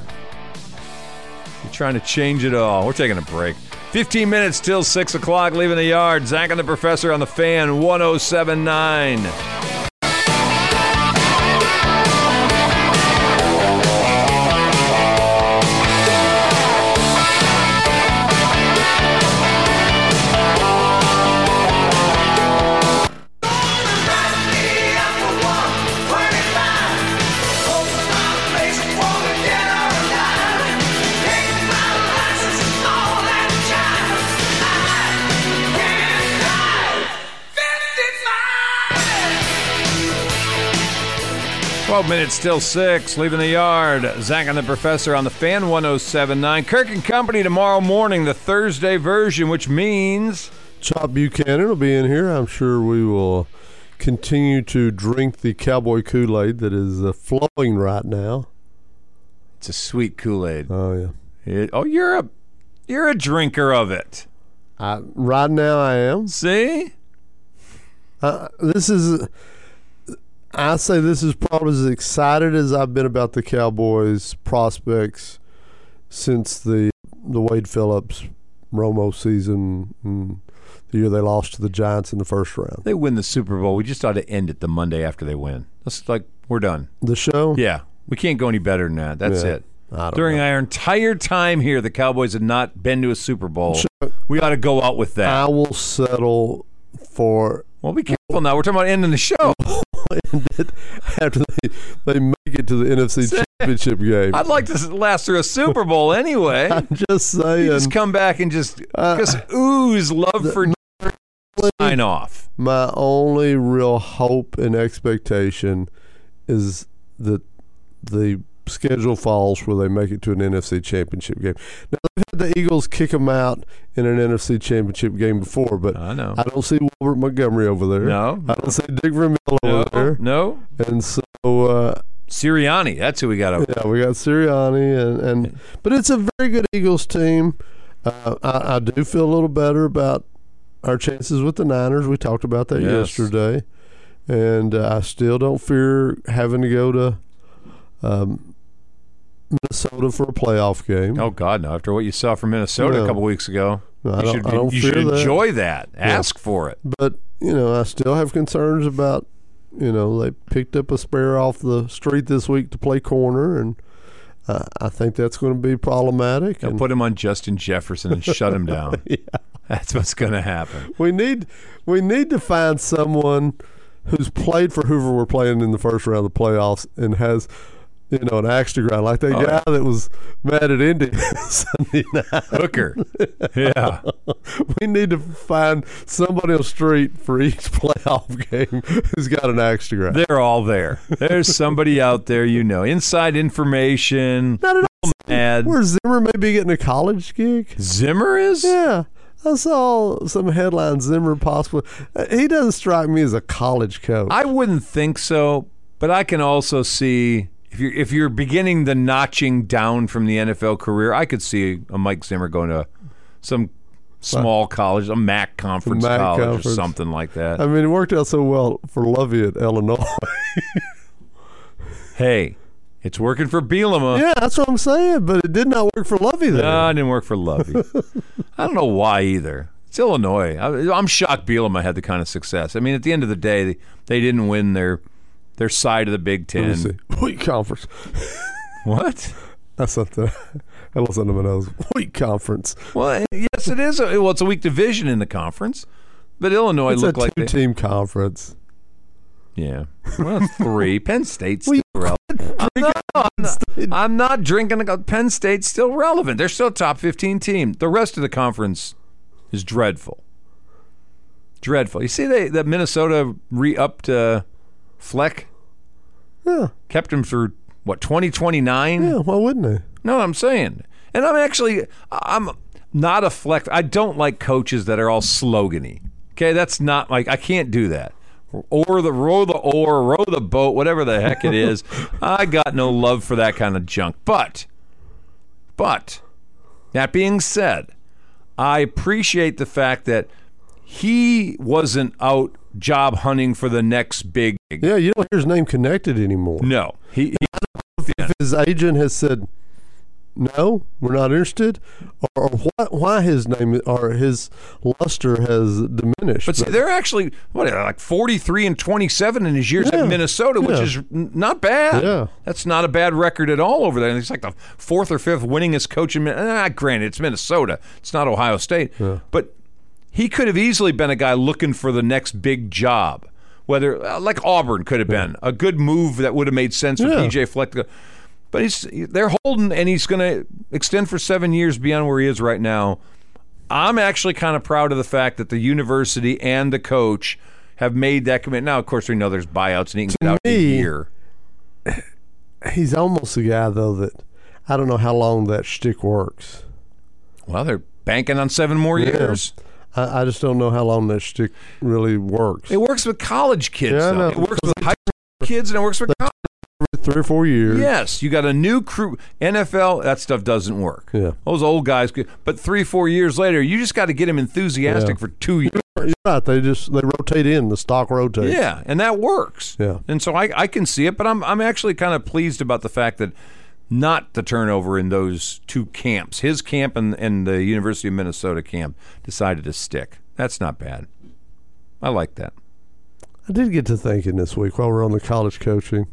Speaker 2: We're trying to change it all. We're taking a break. 15 minutes till 6 o'clock, leaving the yard. Zach and the professor on the fan, 1079.
Speaker 9: Fifty-five!
Speaker 2: 12 minutes till 6, leaving the yard. Zach and the Professor on the Fan 1079. Kirk and Company tomorrow morning, the Thursday version, which means
Speaker 3: Chop Buchanan will be in here. I'm sure we will continue to drink the cowboy Kool Aid that is uh, flowing right now.
Speaker 2: it's a sweet Kool Aid.
Speaker 3: Oh, yeah.
Speaker 2: oh, you're a, you're a drinker of it.
Speaker 3: I, right now, I am.
Speaker 2: See?
Speaker 3: Uh, this is, I say, this is probably as excited as I've been about the Cowboys prospects since the the Wade Phillips Romo season, and the year they lost to the Giants in the first round.
Speaker 2: They win the Super Bowl. We just ought to end it the Monday after they win. That's like, we're
Speaker 3: <laughs>
Speaker 2: done.
Speaker 3: The show,
Speaker 2: Yeah. We can't go any better than that. That's
Speaker 3: Yeah.
Speaker 2: it.
Speaker 3: I don't
Speaker 2: During
Speaker 3: know.
Speaker 2: our entire time here, the Cowboys have not been to a Super Bowl. We ought to go out with that.
Speaker 3: I will settle for <laughs>
Speaker 2: well, be careful now. We're talking about ending the show.
Speaker 3: after they, they make it to the NFC Championship game.
Speaker 2: I'd like to s- last through a Super Bowl
Speaker 3: <laughs>
Speaker 2: anyway.
Speaker 3: I'm just saying,
Speaker 2: just come back and just
Speaker 3: Uh,
Speaker 2: just ooze love for sign off.
Speaker 3: my only real hope and expectation is that the schedule falls where they make it to an NFC championship game. Now, they've had the Eagles kick them out in an NFC championship game before, but
Speaker 2: I know.
Speaker 3: I don't see Wilbert Montgomery over there.
Speaker 2: No.
Speaker 3: I don't see Dick Vermeil
Speaker 2: No,
Speaker 3: over there.
Speaker 2: no,
Speaker 3: And so, uh,
Speaker 2: Sirianni. That's who we got over.
Speaker 3: yeah, we got Sirianni, and, and but it's a very good Eagles team. Uh, I, I do feel a little better about our chances with the Niners. We talked about that
Speaker 2: Yes.
Speaker 3: yesterday, and uh, I still don't fear having to go to um, Minnesota for a playoff game.
Speaker 2: Oh God, no! After what you saw from Minnesota a
Speaker 3: No.
Speaker 2: couple weeks ago,
Speaker 3: No, I
Speaker 2: you
Speaker 3: don't-
Speaker 2: should,
Speaker 3: I don't
Speaker 2: you should
Speaker 3: fear that.
Speaker 2: enjoy that. Ask for it.
Speaker 3: But you know, I still have concerns about you know they picked up a spare off the street this week to play corner, and uh, I think that's going to be problematic.
Speaker 2: They'll
Speaker 3: and- <laughs>
Speaker 2: put him on Justin Jefferson and shut him down. That's what's going to happen.
Speaker 3: We need we need to find someone who's played for Hoover we're playing in the first round of the playoffs and has you know an axe to grind like that guy that was mad at Indy <laughs> Sunday night.
Speaker 2: Hooker. Yeah.
Speaker 3: We need to find somebody on the street for each <laughs> playoff game who's got an axe to grind.
Speaker 2: They're all there. There's somebody out there, you know. Inside
Speaker 3: <laughs>
Speaker 2: information.
Speaker 3: Not at all.
Speaker 2: Ad.
Speaker 3: Where Zimmer may be getting a college gig.
Speaker 2: Zimmer is?
Speaker 3: Yeah. I saw some headlines Zimmer possibly. uh, He doesn't strike me as a college coach.
Speaker 2: I wouldn't think so, but I can also see if you're if you're beginning the notching down from the NFL career, I could see a Mike Zimmer going to some small college, a MAC conference
Speaker 3: MAC
Speaker 2: college or
Speaker 3: conference.
Speaker 2: something like that.
Speaker 3: I mean, it worked out so well for Lovey at Illinois. <laughs>
Speaker 2: hey, it's working for Bielema.
Speaker 3: yeah, that's what I'm saying. But it did not work for Lovey there.
Speaker 2: No, it didn't work for
Speaker 3: <laughs>
Speaker 2: Lovey. I don't know why either. It's Illinois. I, I'm shocked Bielema had the kind of success. I mean, at the end of the day, they, they didn't win their their side of the Big
Speaker 3: Let me
Speaker 2: Ten.
Speaker 3: see. Week conference.
Speaker 2: What?
Speaker 3: That's <laughs> something. I lost under my nose. Week conference.
Speaker 2: Well, yes, it is. A, well, it's a weak division in the conference, but Illinois
Speaker 3: it's a
Speaker 2: looked like they,
Speaker 3: two-team conference.
Speaker 2: Yeah. Well, it's three. Penn State's
Speaker 3: Well,
Speaker 2: still relevant. I'm not, I'm not drinking. a- Penn State's still relevant. They're still a top 15 team. The rest of the conference is dreadful. Dreadful. You see, they that Minnesota re upped uh, Fleck,
Speaker 3: Yeah,
Speaker 2: kept him through what 2029.
Speaker 3: yeah. Why wouldn't they?
Speaker 2: No, I'm saying, and I'm actually, I'm not a flex. I don't like coaches that are all slogany. Okay, that's not like I can't do that. Or the row the oar, row the boat, whatever the heck it is. I got no love for that kind of junk. But, but that being said, I appreciate the fact that he wasn't out job hunting for the next big.
Speaker 3: Yeah, you don't hear his name connected anymore.
Speaker 2: No, he, he
Speaker 3: His agent has said, "No, we're not interested," or, or why, why his name or his luster has diminished.
Speaker 2: But see, they're actually what like forty three and twenty seven in his years
Speaker 3: Yeah,
Speaker 2: at Minnesota, which
Speaker 3: yeah.
Speaker 2: is n- not bad.
Speaker 3: Yeah.
Speaker 2: that's not a bad record at all over there. And he's like the fourth or fifth winningest coach in. Min- Ah, granted, it's Minnesota. It's not Ohio State, but he could have easily been a guy looking for the next big job. Whether uh, like Auburn could have been a good move that would have made sense for
Speaker 3: Yeah.
Speaker 2: PJ Fleck to go. But he's they're holding, and he's going to extend for seven years beyond where he is right now. I'm actually kind of proud of the fact that the university and the coach have made that commitment. Now, of course, we know there's buyouts and he can get out in a
Speaker 3: me-
Speaker 2: year.
Speaker 3: he's almost the guy though that I don't know how long that shtick works.
Speaker 2: Well, they're banking on seven more years.
Speaker 3: I, I just don't know how long that shtick really works.
Speaker 2: It works with college kids.
Speaker 3: Yeah, I
Speaker 2: though.
Speaker 3: know.
Speaker 2: It works with high school kids and it works with college.
Speaker 3: Three or four years.
Speaker 2: Yes, you got a new crew. NFL, that stuff doesn't work.
Speaker 3: Yeah.
Speaker 2: Those old guys, could- but three, four years later, you just got to get them enthusiastic
Speaker 3: Yeah.
Speaker 2: for two years.
Speaker 3: You're right. They just they rotate in. The stock rotates.
Speaker 2: Yeah, and that works.
Speaker 3: Yeah.
Speaker 2: And so I, I can see it, but I'm I'm actually kind of pleased about the fact that not the turnover in those two camps. His camp and, and the University of Minnesota camp decided to stick. That's not bad. I like that.
Speaker 3: I did get to thinking this week while we we're on the college coaching,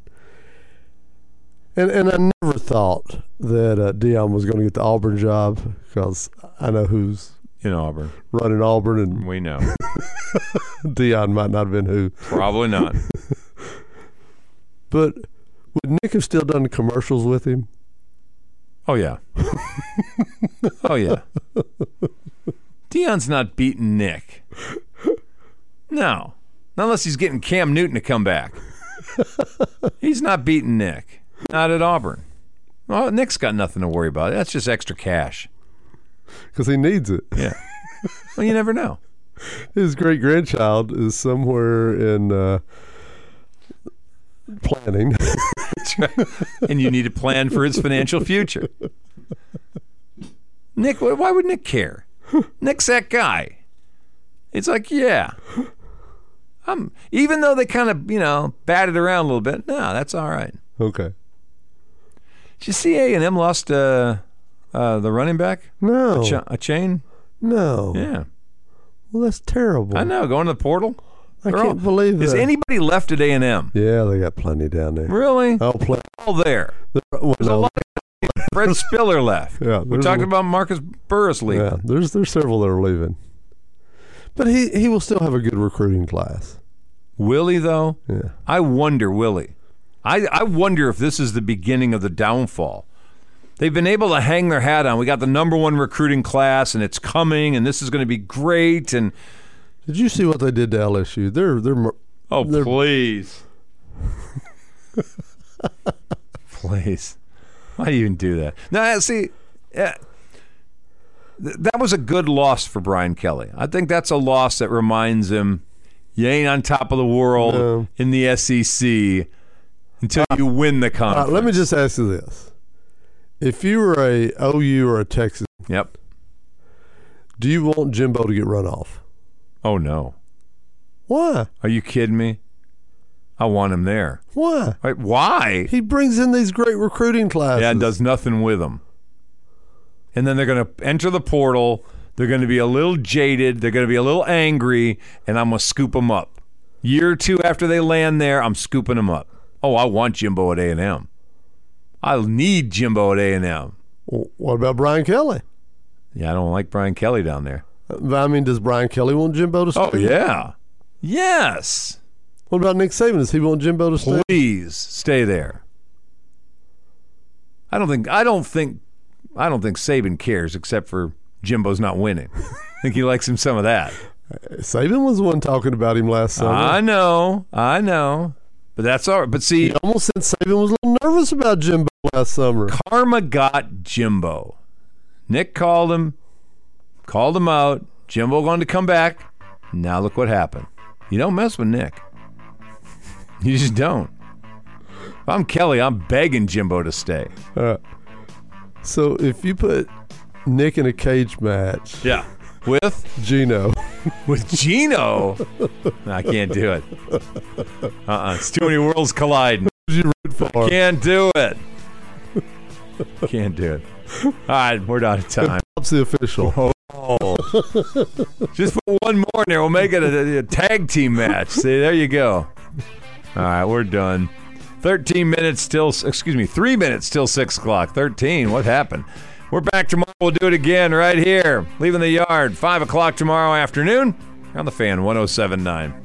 Speaker 3: and and I never thought that uh, Dion was going to get the Auburn job because I know who's
Speaker 2: In Auburn.
Speaker 3: running Auburn,
Speaker 2: We know.
Speaker 3: and <laughs> Dion might not have been who.
Speaker 2: Probably not.
Speaker 3: But would Nick have still done commercials with him?
Speaker 2: Oh yeah. oh yeah. Dion's not beating Nick. No. Not Unless he's getting Cam Newton to come back. he's not beating Nick. Not at Auburn. Well, Nick's got nothing to worry about. That's just extra cash.
Speaker 3: Because he needs it.
Speaker 2: Yeah. well, you never know.
Speaker 3: His great grandchild is somewhere in uh, planning. <laughs>
Speaker 2: <laughs> and you need to plan for his financial future. Nick, wh- why would Nick care? Nick's that guy. It's like, yeah. I'm, even though they kind of, you know, batted around a little bit, no, that's all right.
Speaker 3: okay.
Speaker 2: Did you see A&M lost uh, uh, the running back?
Speaker 3: No.
Speaker 2: Cha- a chain?
Speaker 3: no.
Speaker 2: Yeah.
Speaker 3: Well, that's terrible.
Speaker 2: I know, going to the portal.
Speaker 3: I
Speaker 2: They're all-
Speaker 3: can't believe
Speaker 2: Is
Speaker 3: that.
Speaker 2: anybody left at A&M?
Speaker 3: Yeah, they got plenty down there.
Speaker 2: Really?
Speaker 3: Oh, plenty.
Speaker 2: All there.
Speaker 3: Well, no,
Speaker 2: Fred Spiller left.
Speaker 3: <laughs> Yeah,
Speaker 2: we
Speaker 3: there's
Speaker 2: talked
Speaker 3: a-
Speaker 2: about Marcus Burris leaving.
Speaker 3: yeah, there's there's several that are leaving, but he he will still have a good recruiting class.
Speaker 2: Willie, though,
Speaker 3: Yeah.
Speaker 2: I wonder, Willie. I, I wonder if this is the beginning of the downfall. They've been able to hang their hat on. We got the number one recruiting class, and it's coming, and this is going to be great. And
Speaker 3: Did you see what they did to LSU? They're they're mer-
Speaker 2: oh,
Speaker 3: They're-
Speaker 2: please, <laughs> please, why do you even do that? Now, see, eh, th- that was a good loss for Brian Kelly. I think that's a loss that reminds him you ain't on top of the world
Speaker 3: No.
Speaker 2: in the SEC until you win the
Speaker 3: All
Speaker 2: conference.
Speaker 3: right, let me just ask you this: If you were a OU or a Texas,
Speaker 2: Yep.
Speaker 3: do you want Jimbo to get run off?
Speaker 2: Oh no.
Speaker 3: Why?
Speaker 2: Are you kidding me? I want him there.
Speaker 3: Why?
Speaker 2: Wait, why?
Speaker 3: He brings in these great recruiting classes.
Speaker 2: Yeah, and does nothing with them. And then they're going to enter the portal. They're going to be a little jaded. They're going to be a little angry, and I'm going to scoop them up. Year or two after they land there, I'm scooping them up. Oh, I want Jimbo at A and M. I need Jimbo at A and M.
Speaker 3: W- What about Brian Kelly? Uh,
Speaker 2: Yeah, I don't like Brian Kelly down there.
Speaker 3: I mean, does Brian Kelly want Jimbo to?
Speaker 2: Oh
Speaker 3: stay?
Speaker 2: yeah, yes.
Speaker 3: What about Nick Saban? Does he want Jimbo to stay?
Speaker 2: Please stay there. I don't think I don't think I don't think Saban cares except for Jimbo's not winning. <laughs> I think he likes him some of that.
Speaker 3: Saban was the one talking about him last summer.
Speaker 2: I know, I know. But that's all right. But see,
Speaker 3: he almost said Saban was a little nervous about Jimbo last summer.
Speaker 2: Karma got Jimbo. Nick called him, called him out. Jimbo going to come back. Now look what happened. You don't mess with Nick. <laughs> You just don't. If I'm Kelly, I'm begging Jimbo to stay.
Speaker 3: So if you put Nick in a cage match,
Speaker 2: Yeah. With
Speaker 3: Gino, <laughs>
Speaker 2: with Gino, No, I can't do it. Uh, uh it's too many worlds colliding.
Speaker 3: you root for?
Speaker 2: Can't do it. Can't do it. All right, we're out of time.
Speaker 3: Pop's the official.
Speaker 2: Just put one more in there. We'll make it a, a tag team match. See, there you go. All right, we're done. 13 minutes till, excuse me, three minutes till six o'clock. 13, what happened? We're back tomorrow. We'll do it again right here. Leaving the yard, 5 o'clock tomorrow afternoon on the fan 1079.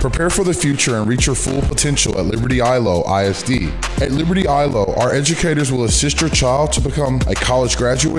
Speaker 4: Prepare for the future and reach your full potential at Liberty ILO ISD. At Liberty ILO, our educators will assist your child to become a college graduate,